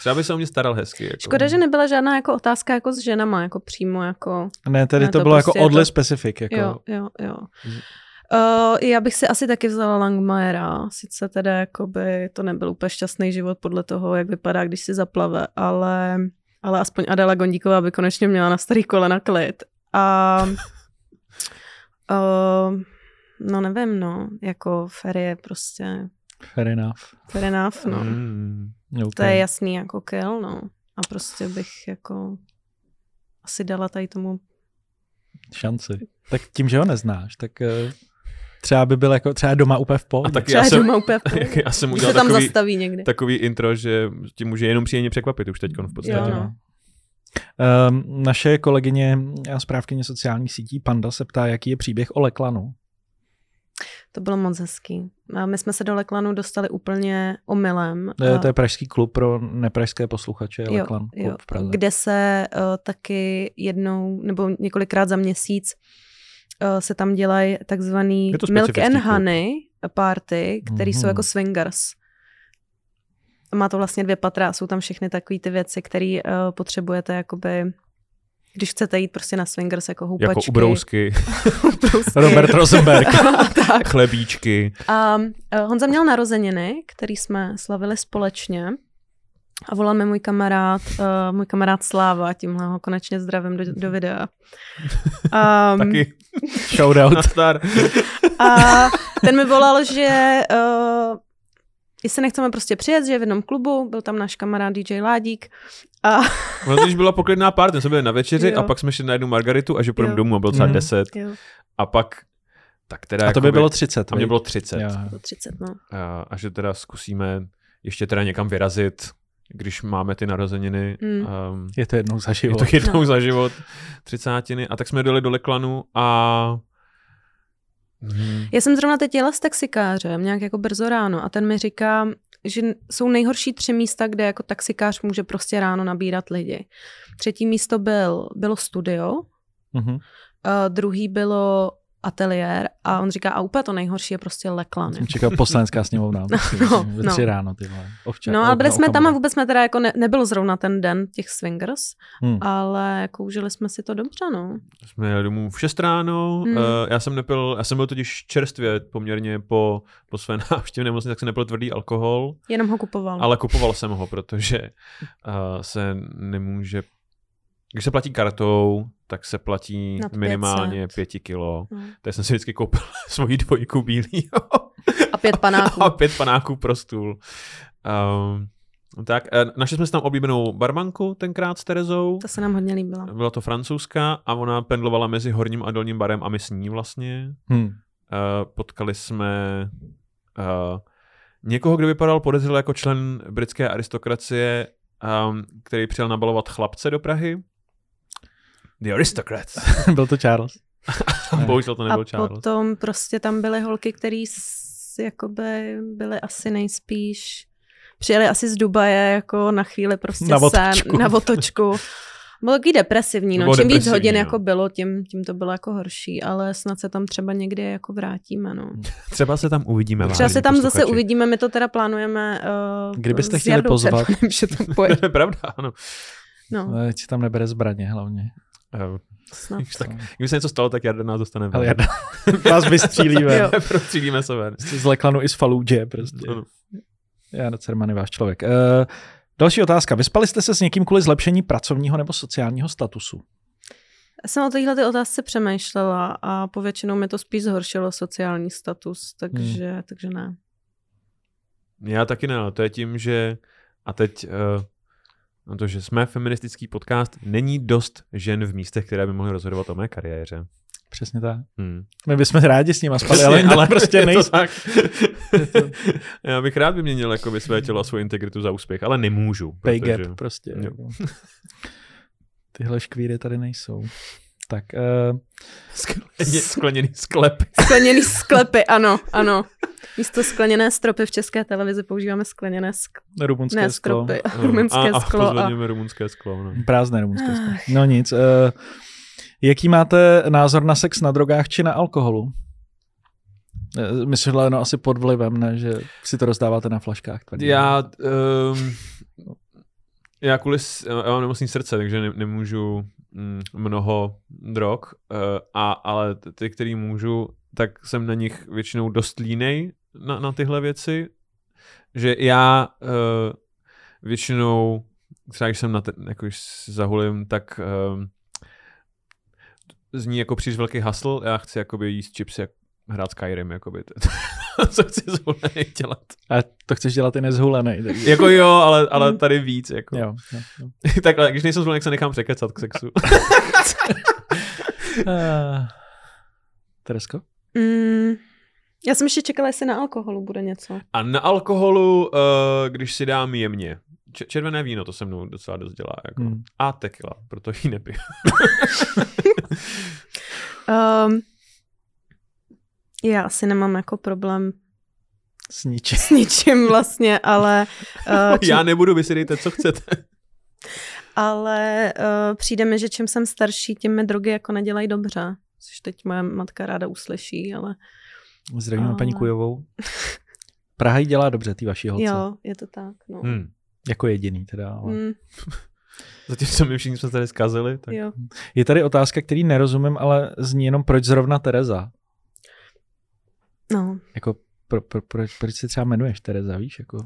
S1: Třeba by se o mě staral hezky. Jako.
S2: Škoda, že nebyla žádná jako otázka jako s ženama, jako přímo. Jako,
S3: Ne, tady
S2: Ne,
S3: to,
S2: to
S3: bylo
S2: prostě
S3: jako
S2: je
S3: oddly
S2: to-
S3: specific. Jako.
S2: jo, jo, jo.
S1: Mhm.
S2: Uh, já bych si asi taky vzala Langmajera, sice teda jakoby to nebyl úplně šťastný život podle toho, jak vypadá, když si zaplave, ale, ale aspoň Adela Gondíková by konečně měla na starý kolena klid. A uh, no nevím, no, jako Ferry je prostě
S3: Fair enough.
S2: fair enough, no.
S1: Mm.
S2: To je
S3: Okay.
S2: jasný jako kill, no. A prostě bych jako asi dala tady tomu
S3: Šanci. Tak tím, že ho neznáš, tak eh, Třeba by byl jako, třeba doma úplně v pohodě.
S1: A tak
S2: Třeba
S1: já
S2: jsem,
S1: jsem,
S2: doma úplně. v pohodě.
S1: já jsem
S2: Už se
S1: udělal
S2: tam
S1: takový,
S2: zastaví někde.
S1: takový intro, že tě může jenom příjemně překvapit už teď v podstatě.
S2: Jo, no.
S3: Ehm, Naše kolegyně a zprávkyně sociálních sítí Panda se ptá, jaký je příběh o Leklanu.
S2: To bylo moc hezký. A my jsme se do Leklanu dostali úplně omylem.
S3: To je,
S2: A-
S3: to je pražský klub pro nepražské posluchače, jo, Leklan klub v Praze.
S2: Kde se uh, taky jednou nebo několikrát za měsíc uh, se tam dělají takzvaný
S1: Je to
S2: Milk
S1: specifický
S2: and
S1: klub.
S2: Honey party, které
S3: Mhm.
S2: jsou jako swingers. Má to vlastně dvě patra, jsou tam všechny takové ty věci, které uh, potřebujete jakoby když chcete jít prostě na swingers jako houpačky.
S1: Jako ubrousky,
S2: ubrousky.
S3: Robert Rosenberg.
S2: a, tak.
S1: chlebíčky.
S2: A eh, Honza měl narozeniny, který jsme slavili společně. A volal mi můj kamarád, uh, můj kamarád Sláva, tímhle ho konečně zdravím do, do videa. Um,
S1: Taky
S3: Shoutout.
S1: nastar.
S2: a ten mi volal, že uh, jestli nechceme prostě přijet, že je v jednom klubu, byl tam náš kamarád DJ Ládík. A
S1: Vlastně, když byla poklidná pár, jsme byli na večeři
S2: Jo.
S1: a pak jsme šli na jednu Margaritu a že půjdeme
S2: Jo.
S1: domů a bylo třeba
S3: Mhm.
S1: 10.
S2: jo,
S1: A pak, tak teda
S3: A to by
S1: jakoby-
S3: bylo 30.
S1: a mě
S3: viď?
S1: bylo 30.
S3: Jo.
S2: bylo 30, no.
S1: A, a že teda zkusíme ještě teda někam vyrazit, když máme ty narozeniny.
S2: Mm.
S1: Um,
S3: Je to jednou za
S1: je
S3: život.
S1: to jednou
S2: No.
S1: za život, třicátiny. A tak jsme dojeli do Leklanu a... Mhm.
S2: Já jsem zrovna teď jela s taxikářem, nějak jako brzo ráno, a ten mi říká, že n- jsou nejhorší tři místa, kde jako taxikář může prostě ráno nabírat lidi. Třetí místo byl, bylo studio, uh,
S3: Mhm.
S2: druhý bylo ateliér a on říká, a úplně to nejhorší je prostě leklan.
S3: Jsem čekal poslanecká sněmovna.
S2: No,
S3: no, Tři
S2: no.
S3: ráno tyhle. Ovča,
S2: No
S3: Oka-
S2: a byli jsme tam a
S3: Okamura.
S2: vůbec jsme teda jako ne, nebylo zrovna ten den těch swingers,
S3: Hmm.
S2: ale jako užili jsme si to dobře, no.
S1: Jsme jeli domů v 6 ráno,
S2: Mm.
S1: mm. já jsem nepil, já jsem byl totiž čerstvě poměrně po, po své návštěvě nemocnice, tak jsem nepil tvrdý alkohol,
S2: Jenom ho kupoval.
S1: ale kupoval jsem ho, protože uh, se nemůže, když se platí kartou, tak se platí
S2: Nad
S1: minimálně 5 kilo.
S2: No.
S1: Tak jsem si vždycky koupil svoji dvojku bílýho
S2: A pět panáků.
S1: a pět panáků pro stůl. Um, tak, eh, našli jsme si tam oblíbenou barmanku tenkrát s Terezou.
S2: To se nám hodně líbilo.
S1: Byla to francouzská a ona pendlovala mezi horním a dolním barem a my s ní vlastně.
S3: Hmm.
S1: Uh, potkali jsme uh, někoho, kdo vypadal podezřele jako člen britské aristokracie, um, který přijel nabalovat chlapce do Prahy. The Aristocrats.
S3: Byl to Charles. Ne.
S1: Bohužel to nebyl
S2: a
S1: Charles.
S2: potom prostě tam byly holky, které jakoby byly asi nejspíš, přijeli asi z Dubaje jako na chvíli prostě
S3: Na otočku.
S2: sem, na otočku. Bylo taky depresivní,
S1: To
S2: no.
S1: bylo
S2: Čím víc
S1: depresivní,
S2: hodin
S1: no.
S2: jako bylo, tím, tím to bylo jako horší, ale snad se tam třeba někdy jako vrátíme, no.
S1: Třeba se tam uvidíme.
S2: Třeba
S1: vážení
S2: se tam zase
S1: posluchači.
S2: uvidíme, my to teda plánujeme uh,
S3: Kdybyste
S2: s
S3: chtěli
S2: Jardou
S3: pozvat-
S2: Cervanem, že tam pojede.
S1: To je pravda, ano.
S2: No,
S3: Ale Ať si tam nebere zbraně hlavně.
S1: Uh,
S2: snad.
S1: tak, kdyby se něco stalo, tak Jarda nás dostane ven.
S3: Ale já vás vystřílíme.
S2: Jo.
S1: Prostřídíme se ven.
S3: Z Leklanu i z Faludě prostě.
S1: Ano.
S3: Já Cerman je váš člověk. Uh, další otázka. Vyspali jste se s někým kvůli zlepšení pracovního nebo sociálního statusu?
S2: Já jsem o téhle ty otázce přemýšlela a povětšinou mi to spíš zhoršilo sociální status, takže, hmm. takže ne.
S1: Já taky ne, ale to je tím, že a teď eh, na to, že jsme feministický podcast, není dost žen v místech, které by mohly rozhodovat o mé kariéře.
S3: Přesně tak.
S1: Hmm.
S3: My bychom rádi s nima spali, ale, ale prostě
S1: je to
S3: nejsme.
S1: tak. Já bych rád vyměnil jako své tělo a svou integritu za úspěch, ale nemůžu.
S3: Pay gap
S1: protože-
S3: prostě.
S1: Jo.
S3: Tyhle škvíry tady nejsou. Tak, uh,
S1: Skleně, skleněný sklep.
S2: Skleněný sklepy, ano, ano. Místo skleněné stropy v české televizi používáme skleněné sk-
S3: rumunské
S2: ne,
S3: sklo.
S2: stropy, a rumunské
S1: a,
S2: sklo.
S1: A
S2: A...
S1: pozvedněme rumunské sklo. No.
S3: Prázdné rumunské sklo.
S2: Ah.
S3: No nic. Uh, jaký máte názor na sex na drogách či na alkoholu? Eh, Myslím, no asi pod vlivem, ne, že si to rozdáváte na flaškách. tvrdě.
S1: Já, um, já kvůli, s- já mám nemocný srdce, takže ne, nemůžu mm, mnoho drog, uh, a, ale t- ty, který můžu, tak jsem na nich většinou dost línej na, na tyhle věci, že já uh, většinou, třeba když jsem na ten, jako když si zahulím, tak um, zní jako příliš velký hasl, já chci jakoby jíst chipsy, jak hrát Skyrim, jakoby. To- to- co chci zvolený dělat.
S3: A to chceš dělat i nezhulený. takže-
S1: Jako jo, ale, ale
S2: Mm.
S1: tady víc. Jako.
S3: Jo, jo, jo.
S1: Takhle, když nejsem zvolený, tak se nechám překecat k sexu.
S3: Eh, Teresko?
S2: Mm, Já jsem ještě čekala, jestli na alkoholu bude něco.
S1: A na alkoholu, uh, když si dám jemně, če- červené víno, to se mnou docela dost dělá. Jako.
S3: Hmm.
S1: A tekila, proto ji nepiju.
S2: Um, já asi nemám jako problém
S3: S ničím.
S2: s ničím vlastně, ale, uh, čím,
S1: Já nebudu, vy si dejte, co chcete.
S2: ale uh, přijde mi, že čím jsem starší, tím mi drogy jako nedělají dobře. Což teď moje matka ráda uslyší, ale
S3: Zdravíme
S2: Ale-
S3: paní Kujovou. Praha jí dělá dobře, ty
S1: No
S3: vaší holce.
S2: jo, je to tak. No.
S1: Hmm.
S3: Jako jediný teda.
S1: no,
S3: Ale...
S2: Mm,
S1: Zatímco my všichni jsme se tady zkazili, tak
S2: jo.
S3: Je tady otázka, který nerozumím, ale zní jenom proč zrovna Tereza.
S2: No,
S3: Jako pro, pro, pro, proč se třeba jmenuješ Tereza, víš? Jako,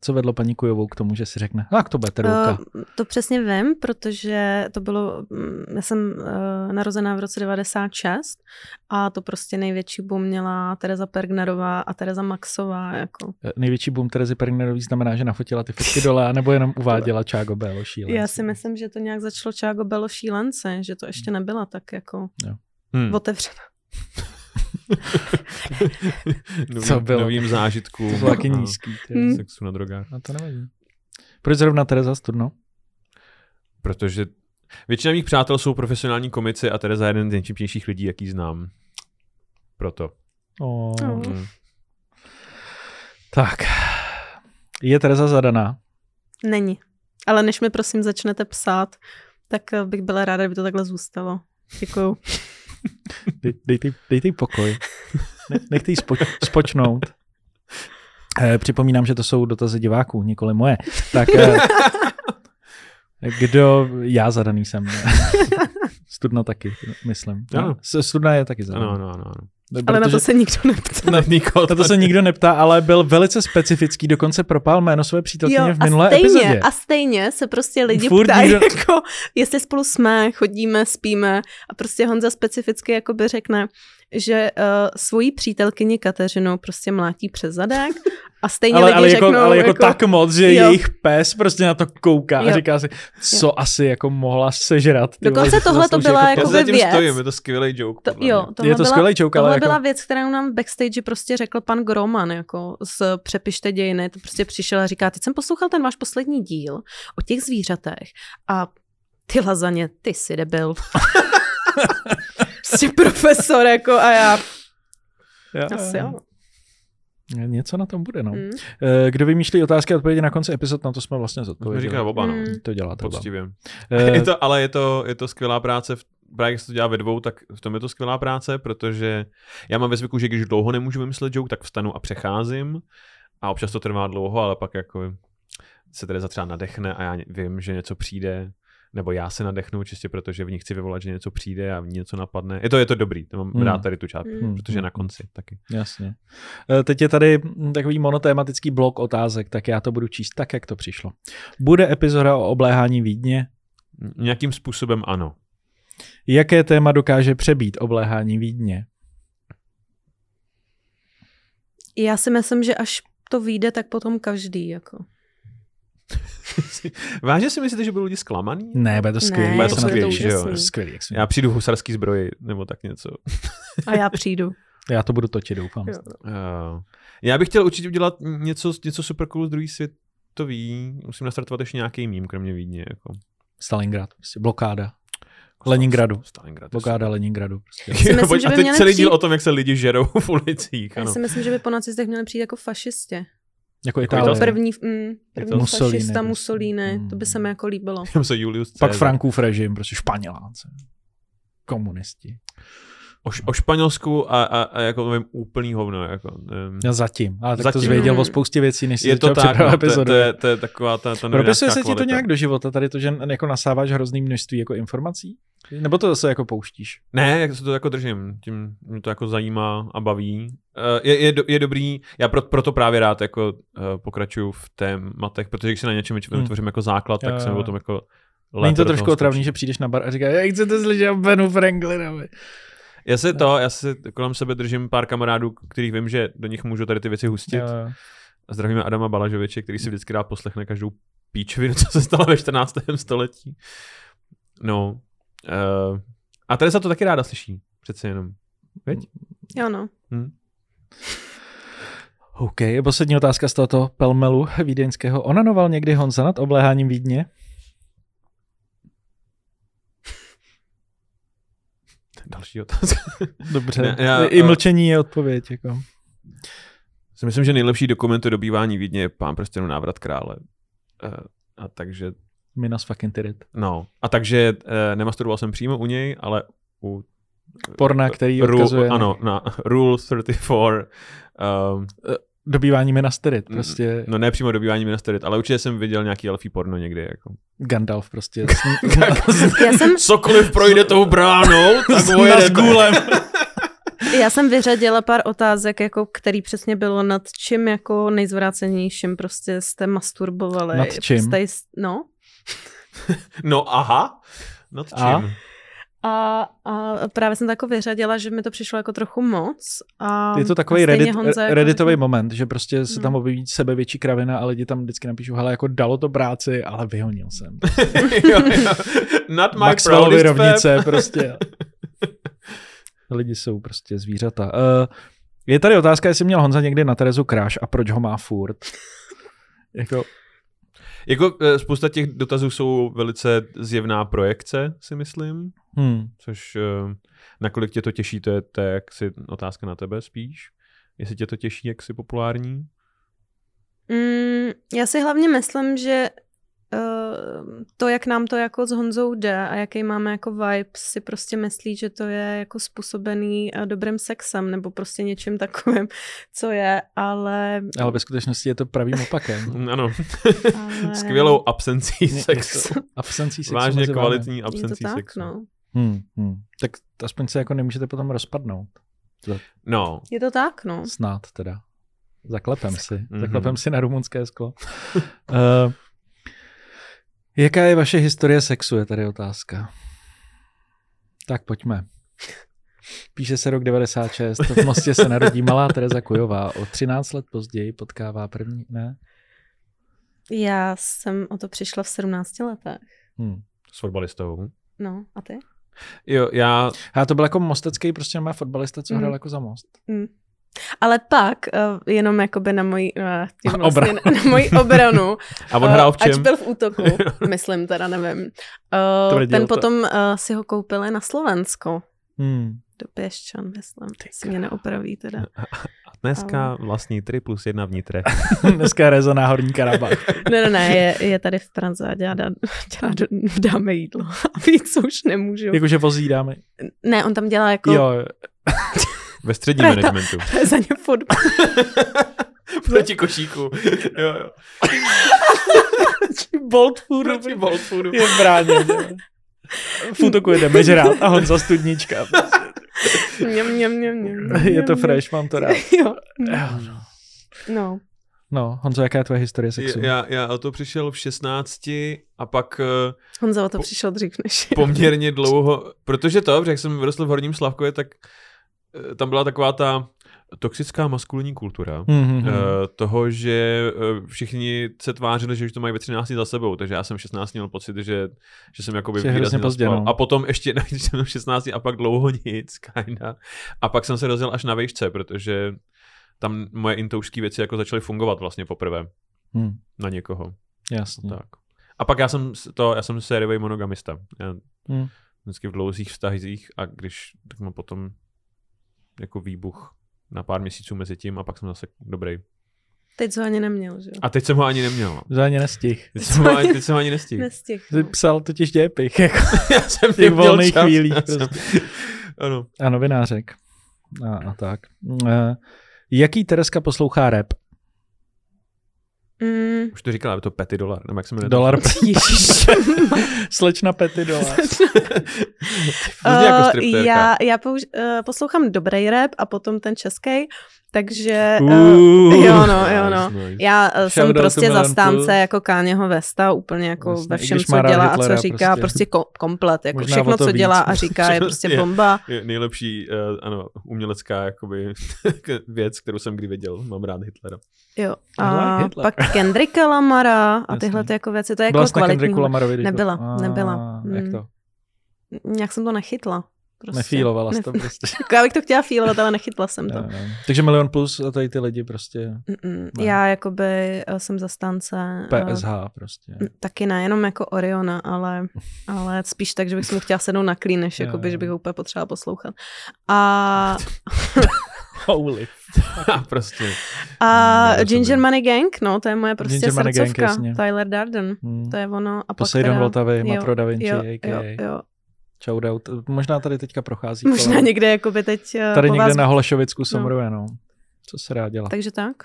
S3: co vedlo paní Kujovou k tomu, že si řekne, tak to bude Terulka. Uh,
S2: Eh, to přesně vím, protože to bylo, mm, já jsem uh, narozená v roce 96 a to prostě největší boom měla Tereza Pergnerová a Tereza Maxová, jako.
S3: Eh, Největší boom Terezy Pergnerový znamená, že nafotila ty fotky dole, nebo jenom uváděla Čágo Bélo šílenství.
S2: Já si myslím, že to nějak začalo Čágo Belo šílence, že to ještě nebyla tak jako
S1: hmm.
S2: otevřená.
S1: novým,
S3: Co bylo?
S1: novým zážitkům.
S3: To bylo taky
S1: a
S3: nízký. ty.
S2: Hmm.
S1: Sexu na drogách.
S3: No to nevadí. Proč zrovna Tereza Sturno?
S1: Protože většina mých přátel jsou profesionální komici a Tereza je jeden z nejčipnějších lidí, jaký znám. Proto.
S3: Oh.
S2: No.
S1: Hmm.
S3: Tak. Je Tereza zadaná?
S2: Není. Ale než mi prosím začnete psát, tak eh, bych byla ráda, kdyby to takhle zůstalo. Děkuju.
S3: Dej, dejte, dejte jí pokoj. Ne- Nechte jí spoč, spočnout. Eh, Připomínám, že to jsou dotazy diváků, nikoli moje. Tak eh, kdo, já zadaný jsem. Studna taky, myslím.
S1: Ano.
S3: S- Studna je taky zadaný.
S1: Ano, ano, ano. ano.
S2: Ale na to se nikdo neptá.
S1: Ne, Nikol,
S3: na to se nikdo neptá, ale byl velice specifický, dokonce propál jméno své přítelkyně v
S2: a
S3: minulé
S2: stejně,
S3: epizodě.
S2: A stejně se prostě lidi
S3: Furt
S2: Furt ptají,
S3: nikdo-
S2: jako, jestli spolu jsme, chodíme, spíme a prostě Honza specificky jakoby řekne, že uh, svoji přítelkyni Kateřinu prostě mlátí přes zadek a stejně
S3: Ale,
S2: lidi
S3: ale, jako,
S2: řeknou,
S3: ale jako, tak moc, že
S2: jo.
S3: jejich pes prostě na to kouká a
S2: Jo.
S3: říká si, co asi jako mohla sežrat. ty vole,
S2: Dokonce
S3: že to
S2: tohle to
S3: zaslouží
S2: byla
S1: Já
S2: jako
S1: si
S3: pes.
S1: zatím
S2: věc.
S1: stojím, je to skvělý joke.
S2: To,
S1: podle mě.
S2: jo, tohle
S3: je to
S2: byla,
S3: skvělý joke,
S2: tohle
S3: ale
S2: byla
S3: jako,
S2: věc, kterou nám backstage prostě řekl pan Groman, jako z Přepište dějiny, to prostě přišel a říká, teď jsem poslouchal ten váš poslední díl o těch zvířatech a ty lazaně, ty jsi debil. Jsi profesor, jako a já.
S3: Jo,
S2: Asi
S3: jo.
S2: jo.
S3: Něco na tom bude, no.
S2: Mm.
S3: Eh, Kdo vymýšlí otázky a odpovědi na konci epizod, na to jsme vlastně
S1: To jsme
S3: zodpověděli.
S1: říkali oba, no.
S2: Mm.
S3: To dělá Eh, to.
S1: Poctivě. Je to, ale je to, je to skvělá práce, v, právě jak se to dělá ve dvou, tak v tom je to skvělá práce, protože já mám ve zvyku, že když dlouho nemůžu vymyslet joke, tak vstanu a přecházím a občas to trvá dlouho, ale pak jako se Tereza třeba nadechne a já ně- vím, že něco přijde, nebo já se nadechnu čistě proto, že v ní chci vyvolat, že něco přijde a v ní něco napadne. Je to, je to dobrý, to mám
S3: Hmm.
S1: hmm. rád tady tu část,
S2: Mm.
S1: protože je na konci taky.
S3: Jasně. Eh, Teď je tady mm, takový monotématický blok otázek, tak já to budu číst tak, jak to přišlo. Bude epizoda o obléhání Vídně?
S1: Ně- Nějakým způsobem ano.
S3: Jaké téma dokáže přebít obléhání Vídně?
S2: Já si myslím, že až to vyjde, tak potom každý, jako.
S1: Vážně si myslíte, že budou lidi zklamaný?
S3: Ne, bude to
S2: Ne,
S3: skvělý.
S1: bude to
S3: jsem
S1: skvělý,
S3: těšil.
S1: že jo?
S3: Bude to Skvělý, jak jsem-
S1: Já přijdu v husarský zbroji, nebo tak něco.
S2: A já přijdu.
S3: Já to budu točit, doufám.
S2: Jo.
S1: Uh, já bych chtěl určitě udělat něco, něco super cool z druhý světový. Musím nastartovat ještě nějaký mím, kromě Vídně. Jako.
S3: Stalingrad, prostě blokáda. Leningradu.
S1: Stalingrad.
S3: Blokáda Leningradu. Prostě.
S2: si myslím,
S1: Pojď,
S2: že
S1: a
S2: by
S1: teď
S2: měli
S1: celý díl
S2: přijít-
S1: o tom, jak se lidi žerou v ulicích.
S2: Já
S1: Ano.
S2: si myslím, že by po nacistech měli přijít jako fašistě.
S1: Jako
S3: Jako Itálie.
S1: Italsko.
S2: První, mm, první
S3: Mussolini
S2: fašista
S3: prostě.
S2: Mussolini, to by se mi jako líbilo.
S1: Tam se Julius
S3: Pak
S1: Caesar.
S3: Frankův režim, prostě Španělánce. Komunisti.
S1: Hm. O, Š- o Španělsku a, a, a jako vím, úplný hovno. Jako, um,
S3: Já No zatím. Ale tak
S1: Zatím.
S3: to zvěděl
S2: Mm.
S3: o spoustě věcí, než jsi
S1: je to
S3: začal
S1: tak,
S3: připravovat
S1: no, to,
S3: epizodu.
S1: to, je, to je taková ta, ta
S3: Propisuje se ti to
S1: kvalita.
S3: nějak do života, tady to, že jako nasáváš hrozný množství jako informací? Nebo to zase jako pouštíš?
S1: Ne, jak se to jako držím, tím mě to jako zajímá a baví. Eh, Je, je, do- je dobrý, já pro, proto právě rád jako eh, pokračuju v tématech, protože když si na něčem
S3: Hmm.
S1: vytvořím jako základ,
S3: Jo,
S1: tak jsem
S3: jo.
S1: o tom jako lépe
S3: Není
S1: do
S3: to
S1: toho
S3: trošku
S1: skočím.
S3: otravný, že přijdeš na bar a říkáš, jak chcete slyšet o Benu Franklinovi?
S1: Já si to, já si kolem sebe držím pár kamarádů, kterých vím, že do nich můžu tady ty věci hustit.
S3: Jo, jo.
S1: A zdravíme Adama Balažoviče, který si vždycky rád poslechne každou píčovinu, co se stalo ve 14. století. No. Uh, a Teresa to taky ráda slyší, přece jenom.
S2: Jo no.
S3: OK, poslední otázka z tohoto pelmelu vídeňského. Onanoval někdy Honza nad obléháním Vídně?
S1: Další otázka.
S3: Dobře,
S1: Ne,
S3: ne,
S1: já- eh,
S3: já, i mlčení je odpověď. Jako.
S1: si myslím, že nejlepší dokument o dobývání Vídně je Pán prstenů návrat krále. Eh, A takže,
S3: Minas fucking tirit.
S1: no. A takže eh, nemasturboval jsem přímo u něj, ale u...
S3: Porna, který
S1: Rule,
S3: odkazuje na
S1: ano, na Rule 34. Um,
S3: dobývání Minas tirit.
S1: Mm,
S3: Prostě
S1: no ne přímo dobývání minasterit, ale určitě jsem viděl nějaký elfí porno někdy. Jako.
S3: Gandalf prostě. s-
S2: Já jsem,
S1: Cokoliv projde tou bránou, tak
S3: s-
S1: vojede
S3: s gulem.
S2: já jsem vyřadila pár otázek, jako který přesně bylo nad čím jako nejzvrácenějším prostě jste masturbovali.
S3: Nad čím?
S2: Jste, jist- no.
S1: No aha, nad čím?
S3: A?
S2: A, a právě jsem to jako vyřadila, že mi to přišlo jako trochu moc. A
S3: Je to takový
S2: a stejně
S3: reddit,
S2: Honza jako
S3: redditový
S2: řekne-
S3: moment, že prostě se tam
S2: Hmm.
S3: objeví sebevětší kravina a lidi tam vždycky napíšou, hele, jako dalo to práci, ale vyhonil jsem.
S1: jo, jo. Not my
S3: Maxwellovy
S1: proudest
S3: rovnice prostě. Lidi jsou prostě zvířata. Uh, je tady otázka, jestli měl Honza někdy na Terezu kráš a proč ho má furt. Jako,
S1: Jako eh, spousta těch dotazů jsou velice zjevná projekce, si myslím,
S3: hmm,
S1: což eh, nakolik tě to těší, to je, to je jaksi otázka na tebe spíš. Jestli tě to těší, jak jsi populární.
S2: Mm, já si hlavně myslím, že uh, to, jak nám to jako s Honzou jde a jaký máme jako vibe, si prostě myslí, že to je jako způsobený eh, dobrým sexem nebo prostě něčím takovým, co je, ale...
S3: ale ve skutečnosti je to pravým opakem.
S1: Mm, Ano,
S2: ale...
S1: skvělou absencí
S3: Ně-
S1: sexu.
S3: Absencí sexu
S1: Vážně
S3: mezi vámi.
S1: kvalitní
S2: no. Je to
S1: absencí
S2: tak,
S1: sexu.
S2: no.
S3: Hmm, hmm. Tak aspoň se jako nemůžete potom rozpadnout.
S1: no,
S2: Je to tak, no.
S3: Snad teda. Zaklepem si.
S1: Mhm.
S3: Zaklepem si na rumunské sklo. uh, jaká je vaše historie sexu, je tady otázka. Tak pojďme. Píše se rok 96, v Mostě se narodí malá Tereza Kujová. O 13 let později potkává první, ne?
S2: Já jsem o to přišla v 17 letech.
S3: Hmm.
S1: s fotbalistou.
S2: No, a ty?
S1: Jo, já,
S3: A to byl jako mostecký prostě má fotbalista, co
S2: Mhm.
S3: hrál jako za most.
S2: Mm. Ale pak, eh, jenom jakoby na moji, eh, tím
S3: Na
S2: vlastně, na, na moji obranu,
S1: a on hrál v
S2: Eh, Ač
S1: čem?
S2: byl v útoku, myslím teda, nevím. Eh,
S3: Tvrdil
S2: ten
S3: to.
S2: potom uh, si ho koupili na Slovensko.
S3: Hmm.
S2: Do Pěšťan, myslím. Si mě neopraví teda.
S1: A dneska vlastní 3 plus 1 vnitre.
S3: Dneska je Reza Náhorní Karabach.
S2: Ne, ne, ne, je, je tady v Praze a dělá, dělá, dáme jídlo. A víc už nemůžu.
S3: Jakože vozí dámy.
S2: Jako Ne, on tam dělá jako jo.
S3: Jo,
S1: Ve středním
S2: Pravda.
S1: managementu.
S2: za ně fotbal.
S1: Proti košíku. jo, jo.
S3: Bolt food.
S1: Proti Boltfoodu.
S3: Jako je v bráně. že? V útoku jde mežrát a Honza studnička.
S2: Mňam, mňam, mňam, mňam, mňam,
S3: Je to
S2: mňam.
S3: fresh, mám to rád.
S2: Jo.
S3: Jo, no.
S2: No.
S3: No, Honzo, jaká je tvoje historie sexu?
S1: Já, já o to přišel v 16 a pak eh,
S2: Honza o to
S1: Po-
S2: přišel dřív než.
S1: poměrně dlouho, protože to, protože jak jsem vyrostl v Horním Slavkově, tak eh, tam byla taková ta toxická maskulinní kultura.
S3: Mhm.
S1: eh, toho, že eh, všichni se tvářili, že už to mají ve 13 za sebou, takže já jsem v 16 měl pocit, že, že jsem jakoby
S3: Že je hrozně pozdě,
S1: zaspal.
S3: no.
S1: A potom ještě navíc jsem v 16 a pak dlouho nic, kinda. A pak jsem se rozjel až na vejšce, protože tam moje intoušské věci jako začaly fungovat vlastně poprvé
S3: Hm,
S1: na někoho.
S3: Jasně.
S1: Tak. A pak já jsem s- to, já jsem sériový monogamista. Já
S3: Hm.
S1: vždycky v dlouzích vztahizích a když, tak mám potom jako výbuch na pár měsíců mezi tím a pak jsem zase dobrý.
S2: Teď to ani neměl, že jo?
S1: A teď jsem ho ani neměl. no.
S3: Záně nestih.
S1: Teď jsem, ho ani, teď jsem ho ani nestihl.
S2: Nestihl.
S3: Ty psal totiž dějepich, jako
S1: Já jsem
S3: v těch
S1: neměl
S3: volných
S1: čas.
S3: chvílích.
S1: Já
S3: Prostě.
S1: jsem- Ano.
S3: A novinářek. A, a tak. Eh, Jaký Tereska poslouchá rap?
S2: Mm. Eh,
S1: Už to říkala, je to pety dolar. Nebo jak se jmenuje?
S3: Dolar.
S2: Ježiš.
S3: Slečna Pety dolar.
S1: Různě jako
S2: Eh,
S1: striptérka.
S2: já já použ- uh, poslouchám dobrý rap a potom ten český, takže uh,
S3: Uuu.
S2: jo no, jo no.
S1: Nice, nice.
S2: Já uh, jsem
S3: Shoutout to
S2: prostě
S3: Milan
S2: zastánce
S3: Půl.
S2: jako Káněho Vesta, úplně jako
S3: Jasně,
S2: ve
S3: i
S2: všem,
S3: když
S2: co
S3: má rád
S2: dělá a
S3: Hitlera
S2: co říká,
S3: prostě.
S2: prostě, ko- komplet, jako
S3: Možná o
S2: všechno,
S3: to
S2: co
S3: víc.
S2: dělá a říká, je prostě
S1: Přesně.
S2: bomba.
S1: Je nejlepší uh, ano, umělecká jakoby, věc, kterou jsem kdy viděl. Mám rád Hitlera.
S2: Jo.
S3: I
S2: A
S3: like Hitler.
S2: pak Kendricka Lamara a
S3: Jasně.
S2: tyhle ty jako věci, to je
S3: Byla
S2: jako
S3: jsi na Kendricku
S2: kvalitní.
S3: Lamarovi? když byl-
S2: Nebyla,
S3: A,
S2: nebyla.
S3: Jak
S2: Mm.
S3: to?
S2: Nějak jsem to nechytla. Prostě.
S3: Nefílovala jsi
S2: Nef-
S3: to prostě.
S2: Jako já bych to chtěla fílovat, ale nechytla jsem to.
S3: Ne, ne. Takže milion plus a tady ty lidi prostě
S2: Mm-mm.
S3: Ne.
S2: Já jakoby eh, jsem zastánce eh,
S3: PSH prostě.
S2: Mm, Taky ne, jenom jako Oriona, ale, ale spíš tak, že bych si mu chtěla sednout na klín, než
S3: Jo,
S2: jakoby,
S3: jo.
S2: že bych ho úplně potřeba poslouchat. A,
S3: Holy.
S1: prostě.
S2: a
S1: Nerozumím.
S2: Ginger Money Gang, no, to je moje prostě
S3: Ginger Money Gang,
S2: srdcovka.
S3: jasně.
S2: Tyler Darden,
S3: Hmm.
S2: to je ono. A
S3: Poseidon
S2: pak teda,
S3: Vltavy,
S2: jo,
S3: Matro da Vinci,
S2: jo,
S3: a.k.a.
S2: jo, jo.
S3: Čaudout. Možná tady teďka prochází.
S2: Možná
S3: kolem.
S2: někde jakoby teď eh,
S3: Tady
S2: po
S3: někde
S2: vás,
S3: na Holešovicku Somrové, no. Co se dá dělat?
S2: Takže tak.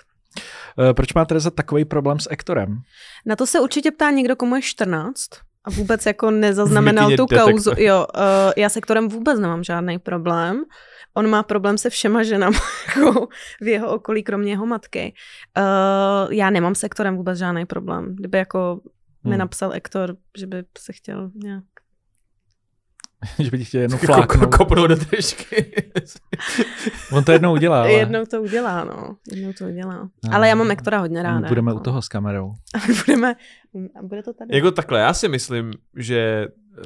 S3: Eh, Proč má Tereza takový problém s Ektorem?
S2: Na to se určitě ptá někdo, komu je 14 a vůbec jako nezaznamenal
S1: Vikině
S2: tu
S1: detektor.
S2: kauzu. Jo, uh, já se kterým vůbec nemám žádný problém. On má problém se všema ženama jako v jeho okolí, kromě jeho matky. Uh, já nemám se kterým vůbec žádný problém. Kdyby jako mi
S3: Hmm.
S2: napsal Ektor, že by se chtěl nějak...
S3: že by ti chtěl
S2: Jako
S3: jednou
S1: Ko- Jako ko-
S3: fláknout.
S1: Kopnou do držky.
S3: On to jednou udělá, ale
S2: Ale... Jednou to udělá, no. Jednou to udělá.
S3: No.
S2: Ale já mám Ektora hodně
S3: my
S2: ráda.
S3: budeme
S2: jako.
S3: u toho s kamerou.
S2: A my budeme... A bude to tady.
S1: jako takhle, já si myslím, že uh,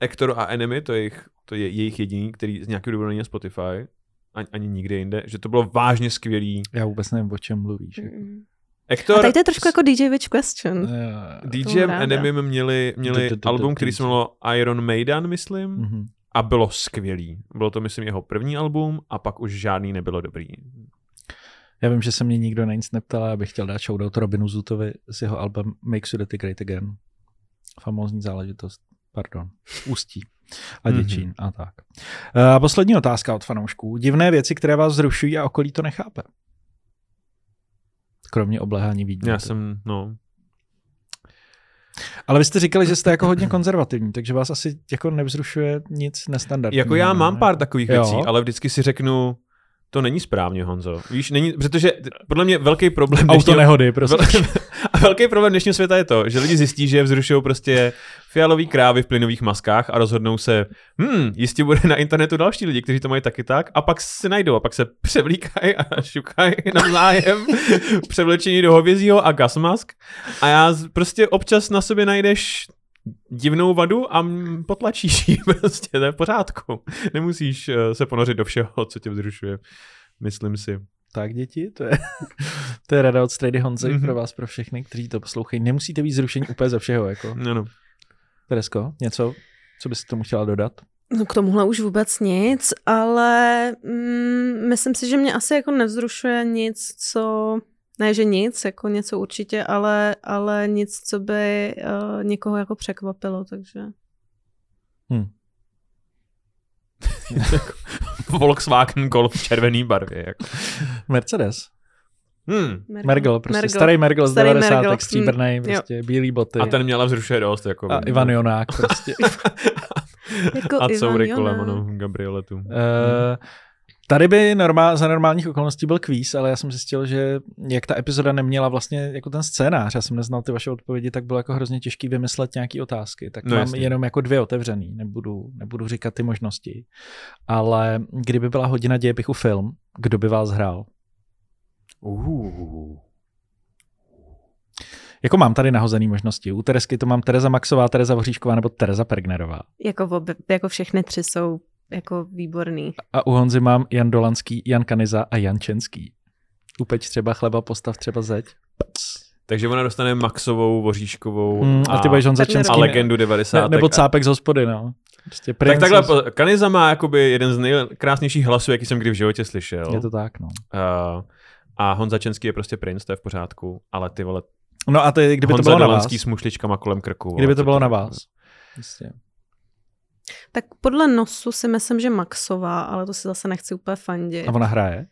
S1: Ektor a Enemy, to je jejich, to je jejich jediný, který z nějakého důvodu není na Spotify, ani, ani nikde jinde, že to bylo vážně skvělý.
S3: Já vůbec nevím, o čem mluvíš.
S2: Mm.
S1: Ektor
S2: A tady to je trošku jako DJ Witch Question.
S3: Eh,
S1: DJ
S2: Tomu ráda.
S1: Enemym měli, měli
S3: Du- du- du-
S1: album,
S3: du-
S1: který se jmenovalo Iron Maiden,
S2: Mm.
S1: myslím,
S3: mhm.
S1: a bylo skvělý. Bylo to, myslím, jeho první album a pak už žádný nebylo dobrý.
S3: Já vím, že se mě nikdo na nic neptal, ale já bych chtěl dát shoutout Robinu Zutovi s jeho album Make Sudety Great Again. Famózní záležitost, pardon. Ústí a
S1: Mhm.
S3: Děčín a tak. Eh, A poslední otázka od fanoušků. Divné věci, které vás zrušují a okolí to nechápe. Kromě obléhání Vídně.
S1: Já
S3: teda.
S1: jsem, no,
S3: Ale vy jste říkali, že jste jako hodně konzervativní, takže vás asi jako nevzrušuje nic nestandardního.
S1: Jako já
S3: ne?
S1: mám pár takových
S3: Jo.
S1: věcí, ale vždycky si řeknu, to není správně, Honzo. Víš, není, protože podle mě velký problém
S3: Auto nehody, prostě.
S1: vel- a velký problém dnešního světa je to, že lidi zjistí, že vzrušují prostě fialový krávy v plynových maskách a rozhodnou se, hm, jistě bude na internetu další lidi, kteří to mají taky tak, a pak se najdou, a pak se převlíkají a šukají navzájem, převlečení do hovězího a gasmask. A já z- prostě občas na sobě najdeš divnou vadu a m- potlačíš ji prostě, to je v pořádku. Nemusíš eh, se ponořit do všeho, co tě vzrušuje, myslím si.
S3: Tak děti, to je, to je rada od Strady Honzy
S1: Mhm.
S3: pro vás, pro všechny, kteří to poslouchají. Nemusíte být zrušení úplně ze všeho. Jako.
S1: No, no.
S3: Teresko, něco, co bys k tomu chtěla dodat?
S2: No k tomuhle už vůbec nic, ale mm, myslím si, že mě asi jako nevzrušuje nic, co... Ne, že nic, jako něco určitě, ale, ale nic, co by uh, někoho jako překvapilo, takže...
S1: Volkswagen Golf v červený barvě. Jako.
S3: Mercedes.
S1: Hmm.
S3: Mergel, prostě Mergel. starý Mergel z
S2: Starý
S3: 90.
S2: Mergel,
S3: stříbrný,
S2: mm,
S3: prostě bílý boty.
S1: A ten měla vzrušuje dost. Jako,
S3: a Ivan Jonák prostě.
S2: Jako
S1: a
S2: Ivan
S1: Coury
S2: Jonák.
S1: kolem, ano, Gabrioletu.
S3: Eh,
S1: Hmm.
S3: Tady by normál, za normálních okolností byl kvíz, ale já jsem zjistil, že jak ta epizoda neměla vlastně jako ten scénář, já jsem neznal ty vaše odpovědi, tak bylo jako hrozně těžký vymyslet nějaký otázky. Tak
S1: No
S3: no, mám
S1: jasně.
S3: jenom jako dvě otevřený, nebudu, nebudu říkat ty možnosti. Ale kdyby byla hodina dějepichu film, kdo by vás hrál?
S1: Uh.
S3: Jako mám tady nahozený možnosti. U Teresky to mám Tereza Maxová, Tereza Voříšková nebo Tereza Pergnerová.
S2: Jako, obě, jako všechny tři jsou jako výborný.
S3: A u Honzy mám Jan Dolanský, Jan Kaniza a Jan Čenský. Upeč třeba chleba, postav třeba zeď.
S1: Takže ona dostane Maxovou, Voříškovou
S3: Mm, a ty budeš Honza
S2: Pergnerová.
S3: Čenský.
S1: a
S2: Čenský.
S1: legendu 90.
S3: Ne, nebo cápek z hospody, no. Prostě
S1: tak
S3: princess.
S1: takhle, po- Kaniza má jakoby jeden z nejkrásnějších hlasů, jaký jsem kdy v životě slyšel.
S3: Je to tak, no.
S1: Uh, a Honza Čenský je prostě princ, to je v pořádku, ale ty vole,
S3: No a ty, kdyby
S1: Honza
S3: to bylo na vás,
S1: Dolanský s mušličkama kolem krku. vole,
S3: kdyby
S1: co
S3: to bylo na vás. Prostě.
S2: Tak podle nosu si myslím, že Maxová, ale to si zase nechci úplně fandit.
S3: A ona hraje?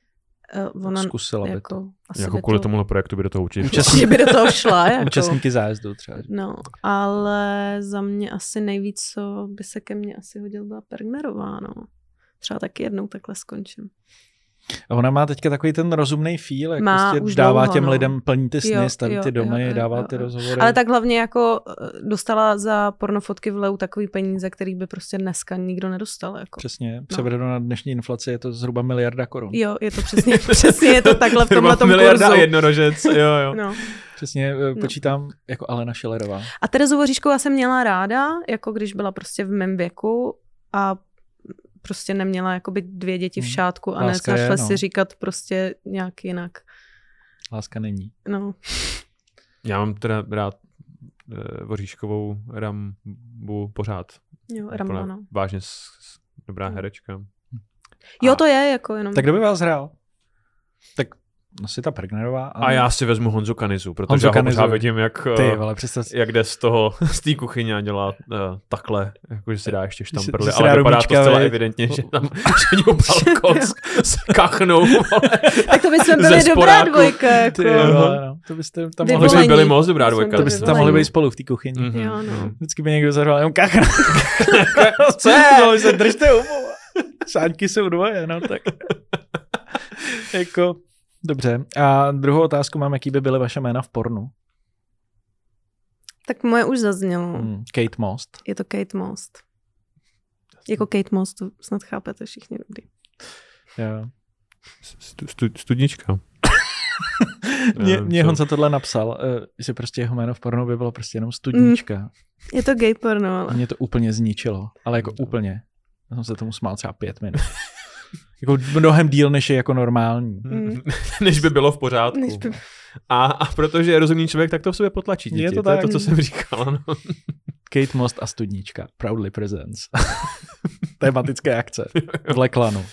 S2: uh,
S3: Ona
S2: ona
S3: Zkusila by to.
S2: jako, asi
S1: Jako
S2: by
S1: kvůli
S2: to-
S1: tomuhle projektu by do toho určitě šla.
S2: Že by do toho šla, jako.
S3: Účastníky zájezdu třeba.
S2: No, ale za mě asi nejvíc, co by se ke mně asi hodil, byla Pergnerová, no. Třeba taky jednou takhle skončím.
S3: A ona má teďka takový ten rozumný feel, jak
S2: Má
S3: prostě
S2: už
S3: dává
S2: dlouho,
S3: těm
S2: no.
S3: lidem plní ty sny,
S2: Jo,
S3: staví
S2: jo,
S3: ty domy,
S2: jo, jo,
S3: dává
S2: jo,
S3: ty
S2: jo.
S3: rozhovory.
S2: Ale tak hlavně jako eh, dostala za pornofotky v Leu takový peníze, který by prostě dneska nikdo nedostal, jako.
S3: Přesně, převedeno na dnešní inflaci je to zhruba miliarda korun.
S2: Jo, je to přesně, přesně je to takhle v tomhle
S1: Zhruba
S2: tom
S1: Miliarda
S2: kurzu.
S1: a jednorožec, jo, jo.
S2: No.
S3: Přesně, eh, počítám jako Alena Šelerová.
S2: A Terezu Voříškovou já jsem měla ráda, jako když byla prostě v mém věku a prostě neměla jakoby dvě děti v
S3: Mhm.
S2: šátku a ne,
S3: Láska je,
S2: začala
S3: no.
S2: si říkat prostě nějak jinak.
S3: Láska není.
S2: No,
S1: Já mám teda rád eh, Voříškovou Rambu pořád.
S2: jo,
S1: Úplně
S2: Rambo, no.
S1: Vážně s, s,
S2: Hm.
S1: dobrá herečka.
S2: Jo, to je jako jenom.
S3: Tak kdo by vás hrál? Tak asi ta Pregnerová.
S1: A já si vezmu Honzu Kanizu, protože Honzu
S3: Honzu
S1: já ho
S3: Kanizu.
S1: pořád vidím, jak, eh,
S3: Ty, vole, představ si.
S1: jak jde z toho, z té kuchyně a dělá uh, takhle, jako že si dá ještě
S3: si- že
S1: štamprly,
S3: si
S1: ale
S3: dá
S1: vypadá
S3: rubička,
S1: to zcela
S3: veď.
S1: evidentně, že tam že jí balkon s, s kachnou, vole.
S2: tak to by jsme
S1: Ze
S2: byli dobrá
S1: sporáku.
S2: dvojka. Jako.
S3: Ty, vole, no. To byste tam
S2: Vy
S1: To by
S3: mohli
S1: jsme
S2: Vyvolení.
S1: byli moc dobrá
S2: To jsme
S1: dvojka.
S2: byli
S3: To byste tam mohli být spolu v té kuchyni.
S1: Mhm.
S2: Jo, no.
S3: Vždycky by někdo zahrál jenom kachna.
S1: Co je?
S3: No, se držte hubu. Sáňky jsou dvoje, no tak. jako, dobře. A druhou otázku mám, jaký by byly vaše jména v pornu.
S2: Tak moje už zaznělo.
S1: Mm.
S3: Hmm. Kate Most.
S2: Je to Kate Most. Jako Kate Most, to snad chápete všichni dobrý.
S3: Jo.
S1: Stu- stu- Studnička.
S3: Mě,
S1: Já
S3: mě
S1: jsem-
S3: Honza tohle napsal, eh, že prostě jeho jméno v pornu by bylo prostě jenom studnička.
S2: Je to gay porno,
S3: A
S2: ale
S3: mě to úplně zničilo, ale jako úplně. Já jsem se tomu smál třeba pět minut. jako mnohem díl, než je jako normální.
S2: Mm.
S1: Než by bylo v
S3: Jako
S1: pořádku.
S2: než by...
S1: A, a protože je rozumný člověk, tak to v sobě potlačí děti.
S3: Je to
S1: to, je
S3: tak.
S1: to, co jsem říkal. No.
S3: Kate Most a studnička. Proudly Presents. Tematické akce v Leklanu.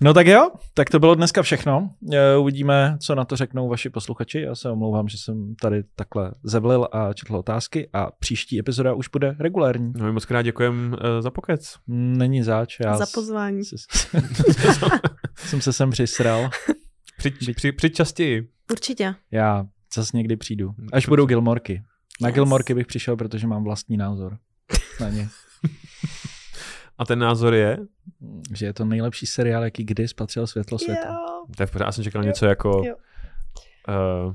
S3: No tak jo, tak to bylo dneska všechno. Eh, Uvidíme, co na to řeknou vaši posluchači. Já se omlouvám, že jsem tady takhle zevlil a četl otázky a příští epizoda už bude regulární.
S1: no my moc krát děkujeme uh, za pokec.
S3: Není zač. Já
S2: za
S3: s-
S2: pozvání.
S3: s- jsem se sem přisral.
S1: Při, při, při častěji.
S2: Určitě.
S3: Já zase někdy přijdu. Až
S1: Dobře.
S3: budou Gilmorky. Na
S2: Yes.
S3: Gilmorky bych přišel, protože mám vlastní názor na ně.
S1: A ten názor je?
S3: Že je to nejlepší seriál, jaký kdy spatřil světlo světa.
S2: Jo.
S1: To je v pořád, já jsem čekal
S2: Jo,
S1: něco jako...
S2: jo.
S1: Uh,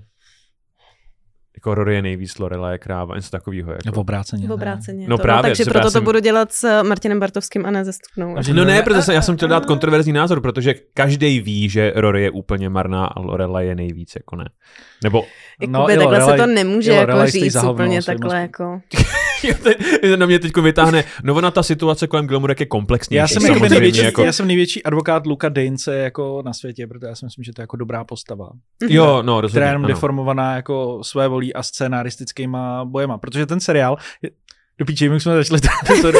S1: jako Rory je nejvíc, Lorela je kráva, něco takového. Jako.
S3: V obráceně.
S2: V
S3: ne.
S2: obráceně.
S1: No
S2: to,
S1: právě,
S2: takže
S1: třeba
S2: proto
S1: já
S2: to
S1: jsem-
S2: budu dělat s Martinem Bartovským a ne ze Stupnou.
S3: Takže
S1: No ne,
S3: ne-
S1: protože jsem, já jsem chtěl dát kontroverzní názor, protože každý ví, že Rory je úplně marná a Lorela je nejvíc, jako ne. Nebo
S2: Jakoby
S3: No,
S2: no,
S3: i
S2: takhle
S3: Lorelai-
S2: se to nemůže
S3: i
S2: jako
S3: Lorelai stojí
S2: říct
S3: za hovno
S2: úplně
S3: svýma
S2: takhle
S3: způsobem.
S2: jako.
S1: na mě teď vytáhne, no ona ta situace kolem Gilmurek je komplexnější.
S3: Já jsem,
S1: samozřejmě,
S3: jakoby největší,
S1: jako,
S3: já jsem největší advokát Luka Deince jako na světě, protože já si myslím, že to je jako dobrá postava,
S1: Jo, no, rozumím.
S3: která je jenom
S1: ano.
S3: deformovaná jako své volí a scénaristickýma bojema, protože ten seriál, je- do píče, my už jsme začali ten epizodu,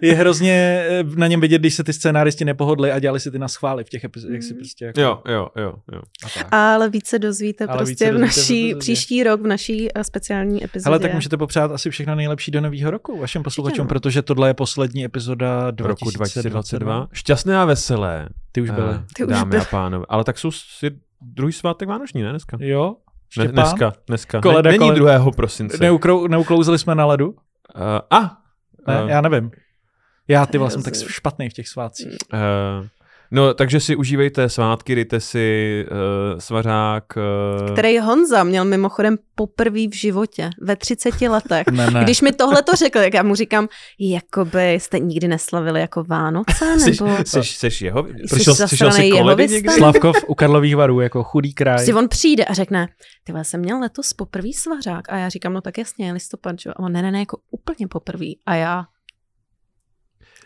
S3: je hrozně eh, na něm vidět, když se ty scénáristi nepohodli a dělali si ty na schvály v těch epizodách, jak si
S2: Mm.
S3: prostě jako,
S1: Jo, jo, jo, jo.
S3: a tak.
S2: Ale více dozvíte
S3: Ale
S2: prostě
S3: více
S2: v
S3: dozvíte v
S2: naší
S3: epizodě.
S2: příští rok, v naší eh, speciální epizodě.
S3: Hele, tak můžete popřát asi všechno nejlepší do nového roku vašim posluchačům,
S2: no.
S3: protože tohle je poslední epizoda
S1: V roku
S3: 2022.
S1: 2022. Šťastné a veselé.
S3: Ty už byly.
S1: eh,
S2: Ty už
S1: dámy
S2: byly.
S1: a pánové. Ale tak jsou s- je druhý svátek Vánoční, ne dneska?
S3: Jo?
S1: Ne,
S3: Štěpán?
S1: dneska, dneska.
S3: Koleda,
S1: ne, není
S3: koleda.
S1: 2. prosince. Uh,
S3: Neukrou, neuklouzli jsme na ledu?
S1: a,
S3: Ne,
S1: eh,
S3: já nevím. Já ty vole jsem tak
S2: Hrozný.
S3: špatný v těch svátcích.
S1: eh, no, takže si užívejte svátky, dejte si uh, svařák. Uh,
S2: Který Honza měl mimochodem poprvé v životě, ve 30 letech.
S3: Ne, ne.
S2: Když mi tohle to řekl, tak já mu říkám, jakoby jste nikdy neslavili jako Vánoce, nebo
S1: Jsi, jsi, jsi jeho?
S2: zasranej jehovista?
S3: Slavkov u Karlových varů, jako chudý kraj.
S2: si on přijde a řekne, ty vole, jsem měl letos poprvý svařák. A já říkám, no tak jasně, je listopad, že? jo?" A on, ne, ne, ne, jako úplně poprvý. A já,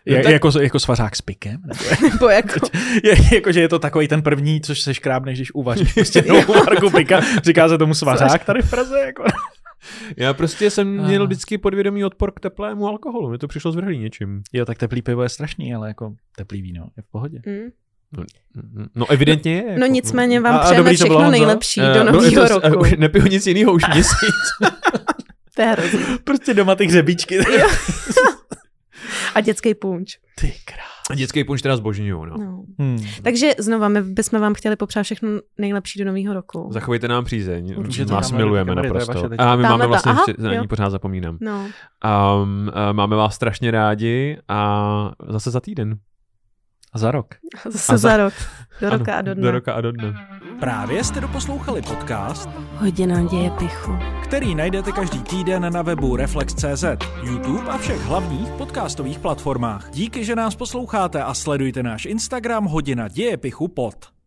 S3: Je,
S1: No tak-
S3: jako, jako svařák s pikem. ne?
S2: nebo jako,
S3: Je, jako, že je to takový ten první, což se škrábneš, když uvaříš prostě
S2: Jo.
S3: novou varku pika. Říká se tomu svařák tady v Praze. Jako.
S1: Já prostě jsem měl
S3: Ah.
S1: vždycky podvědomý odpor k teplému alkoholu. Mně to přišlo zvrhlý něčím.
S3: Jo, tak teplý pivo je strašný, ale jako teplý víno je v pohodě.
S2: mm.
S1: Mm, No evidentně je.
S2: No
S1: jako-
S2: nicméně
S3: A-
S2: vám
S3: a
S2: přejeme
S3: dobrý to bylo,
S2: všechno
S3: Honzo?
S2: nejlepší
S1: Eh,
S2: do
S1: no, je
S2: nového
S1: to- eh,
S2: roku.
S1: už Nepiju nic jiného už měsíc.
S2: To je hrozný.
S3: Prostě doma ty hřebíčky.
S2: A dětský punč.
S3: Ty krás.
S1: Dětský punč teda zbožňuju, no.
S2: No.
S3: Hmm.
S2: Takže znova, my bychom vám chtěli popřát všechno nejlepší do nového roku.
S1: Zachovejte nám přízeň,
S3: Určitě to
S1: vás
S3: dáme,
S1: milujeme
S3: Kamry, to je
S1: naprosto.
S3: vaše teď.
S1: A my
S2: Dáme
S1: máme
S2: to,
S1: vlastně,
S2: aha,
S1: ještě, na
S2: jo.
S1: ní pořád zapomínám.
S2: No.
S1: Um, eh, máme vás strašně rádi a zase za týden.
S3: A za rok.
S2: Zase
S1: A za-
S2: za rok. Do
S1: Ano,
S2: roka a do dne.
S1: Do roka a do dne.
S4: Právě jste doposlouchali podcast,
S2: Hodina děje pichu.
S4: který najdete každý týden na webu Reflex.cz, YouTube a všech hlavních podcastových platformách. Díky, že nás posloucháte a sledujte náš Instagram Hodina dějepichu pod.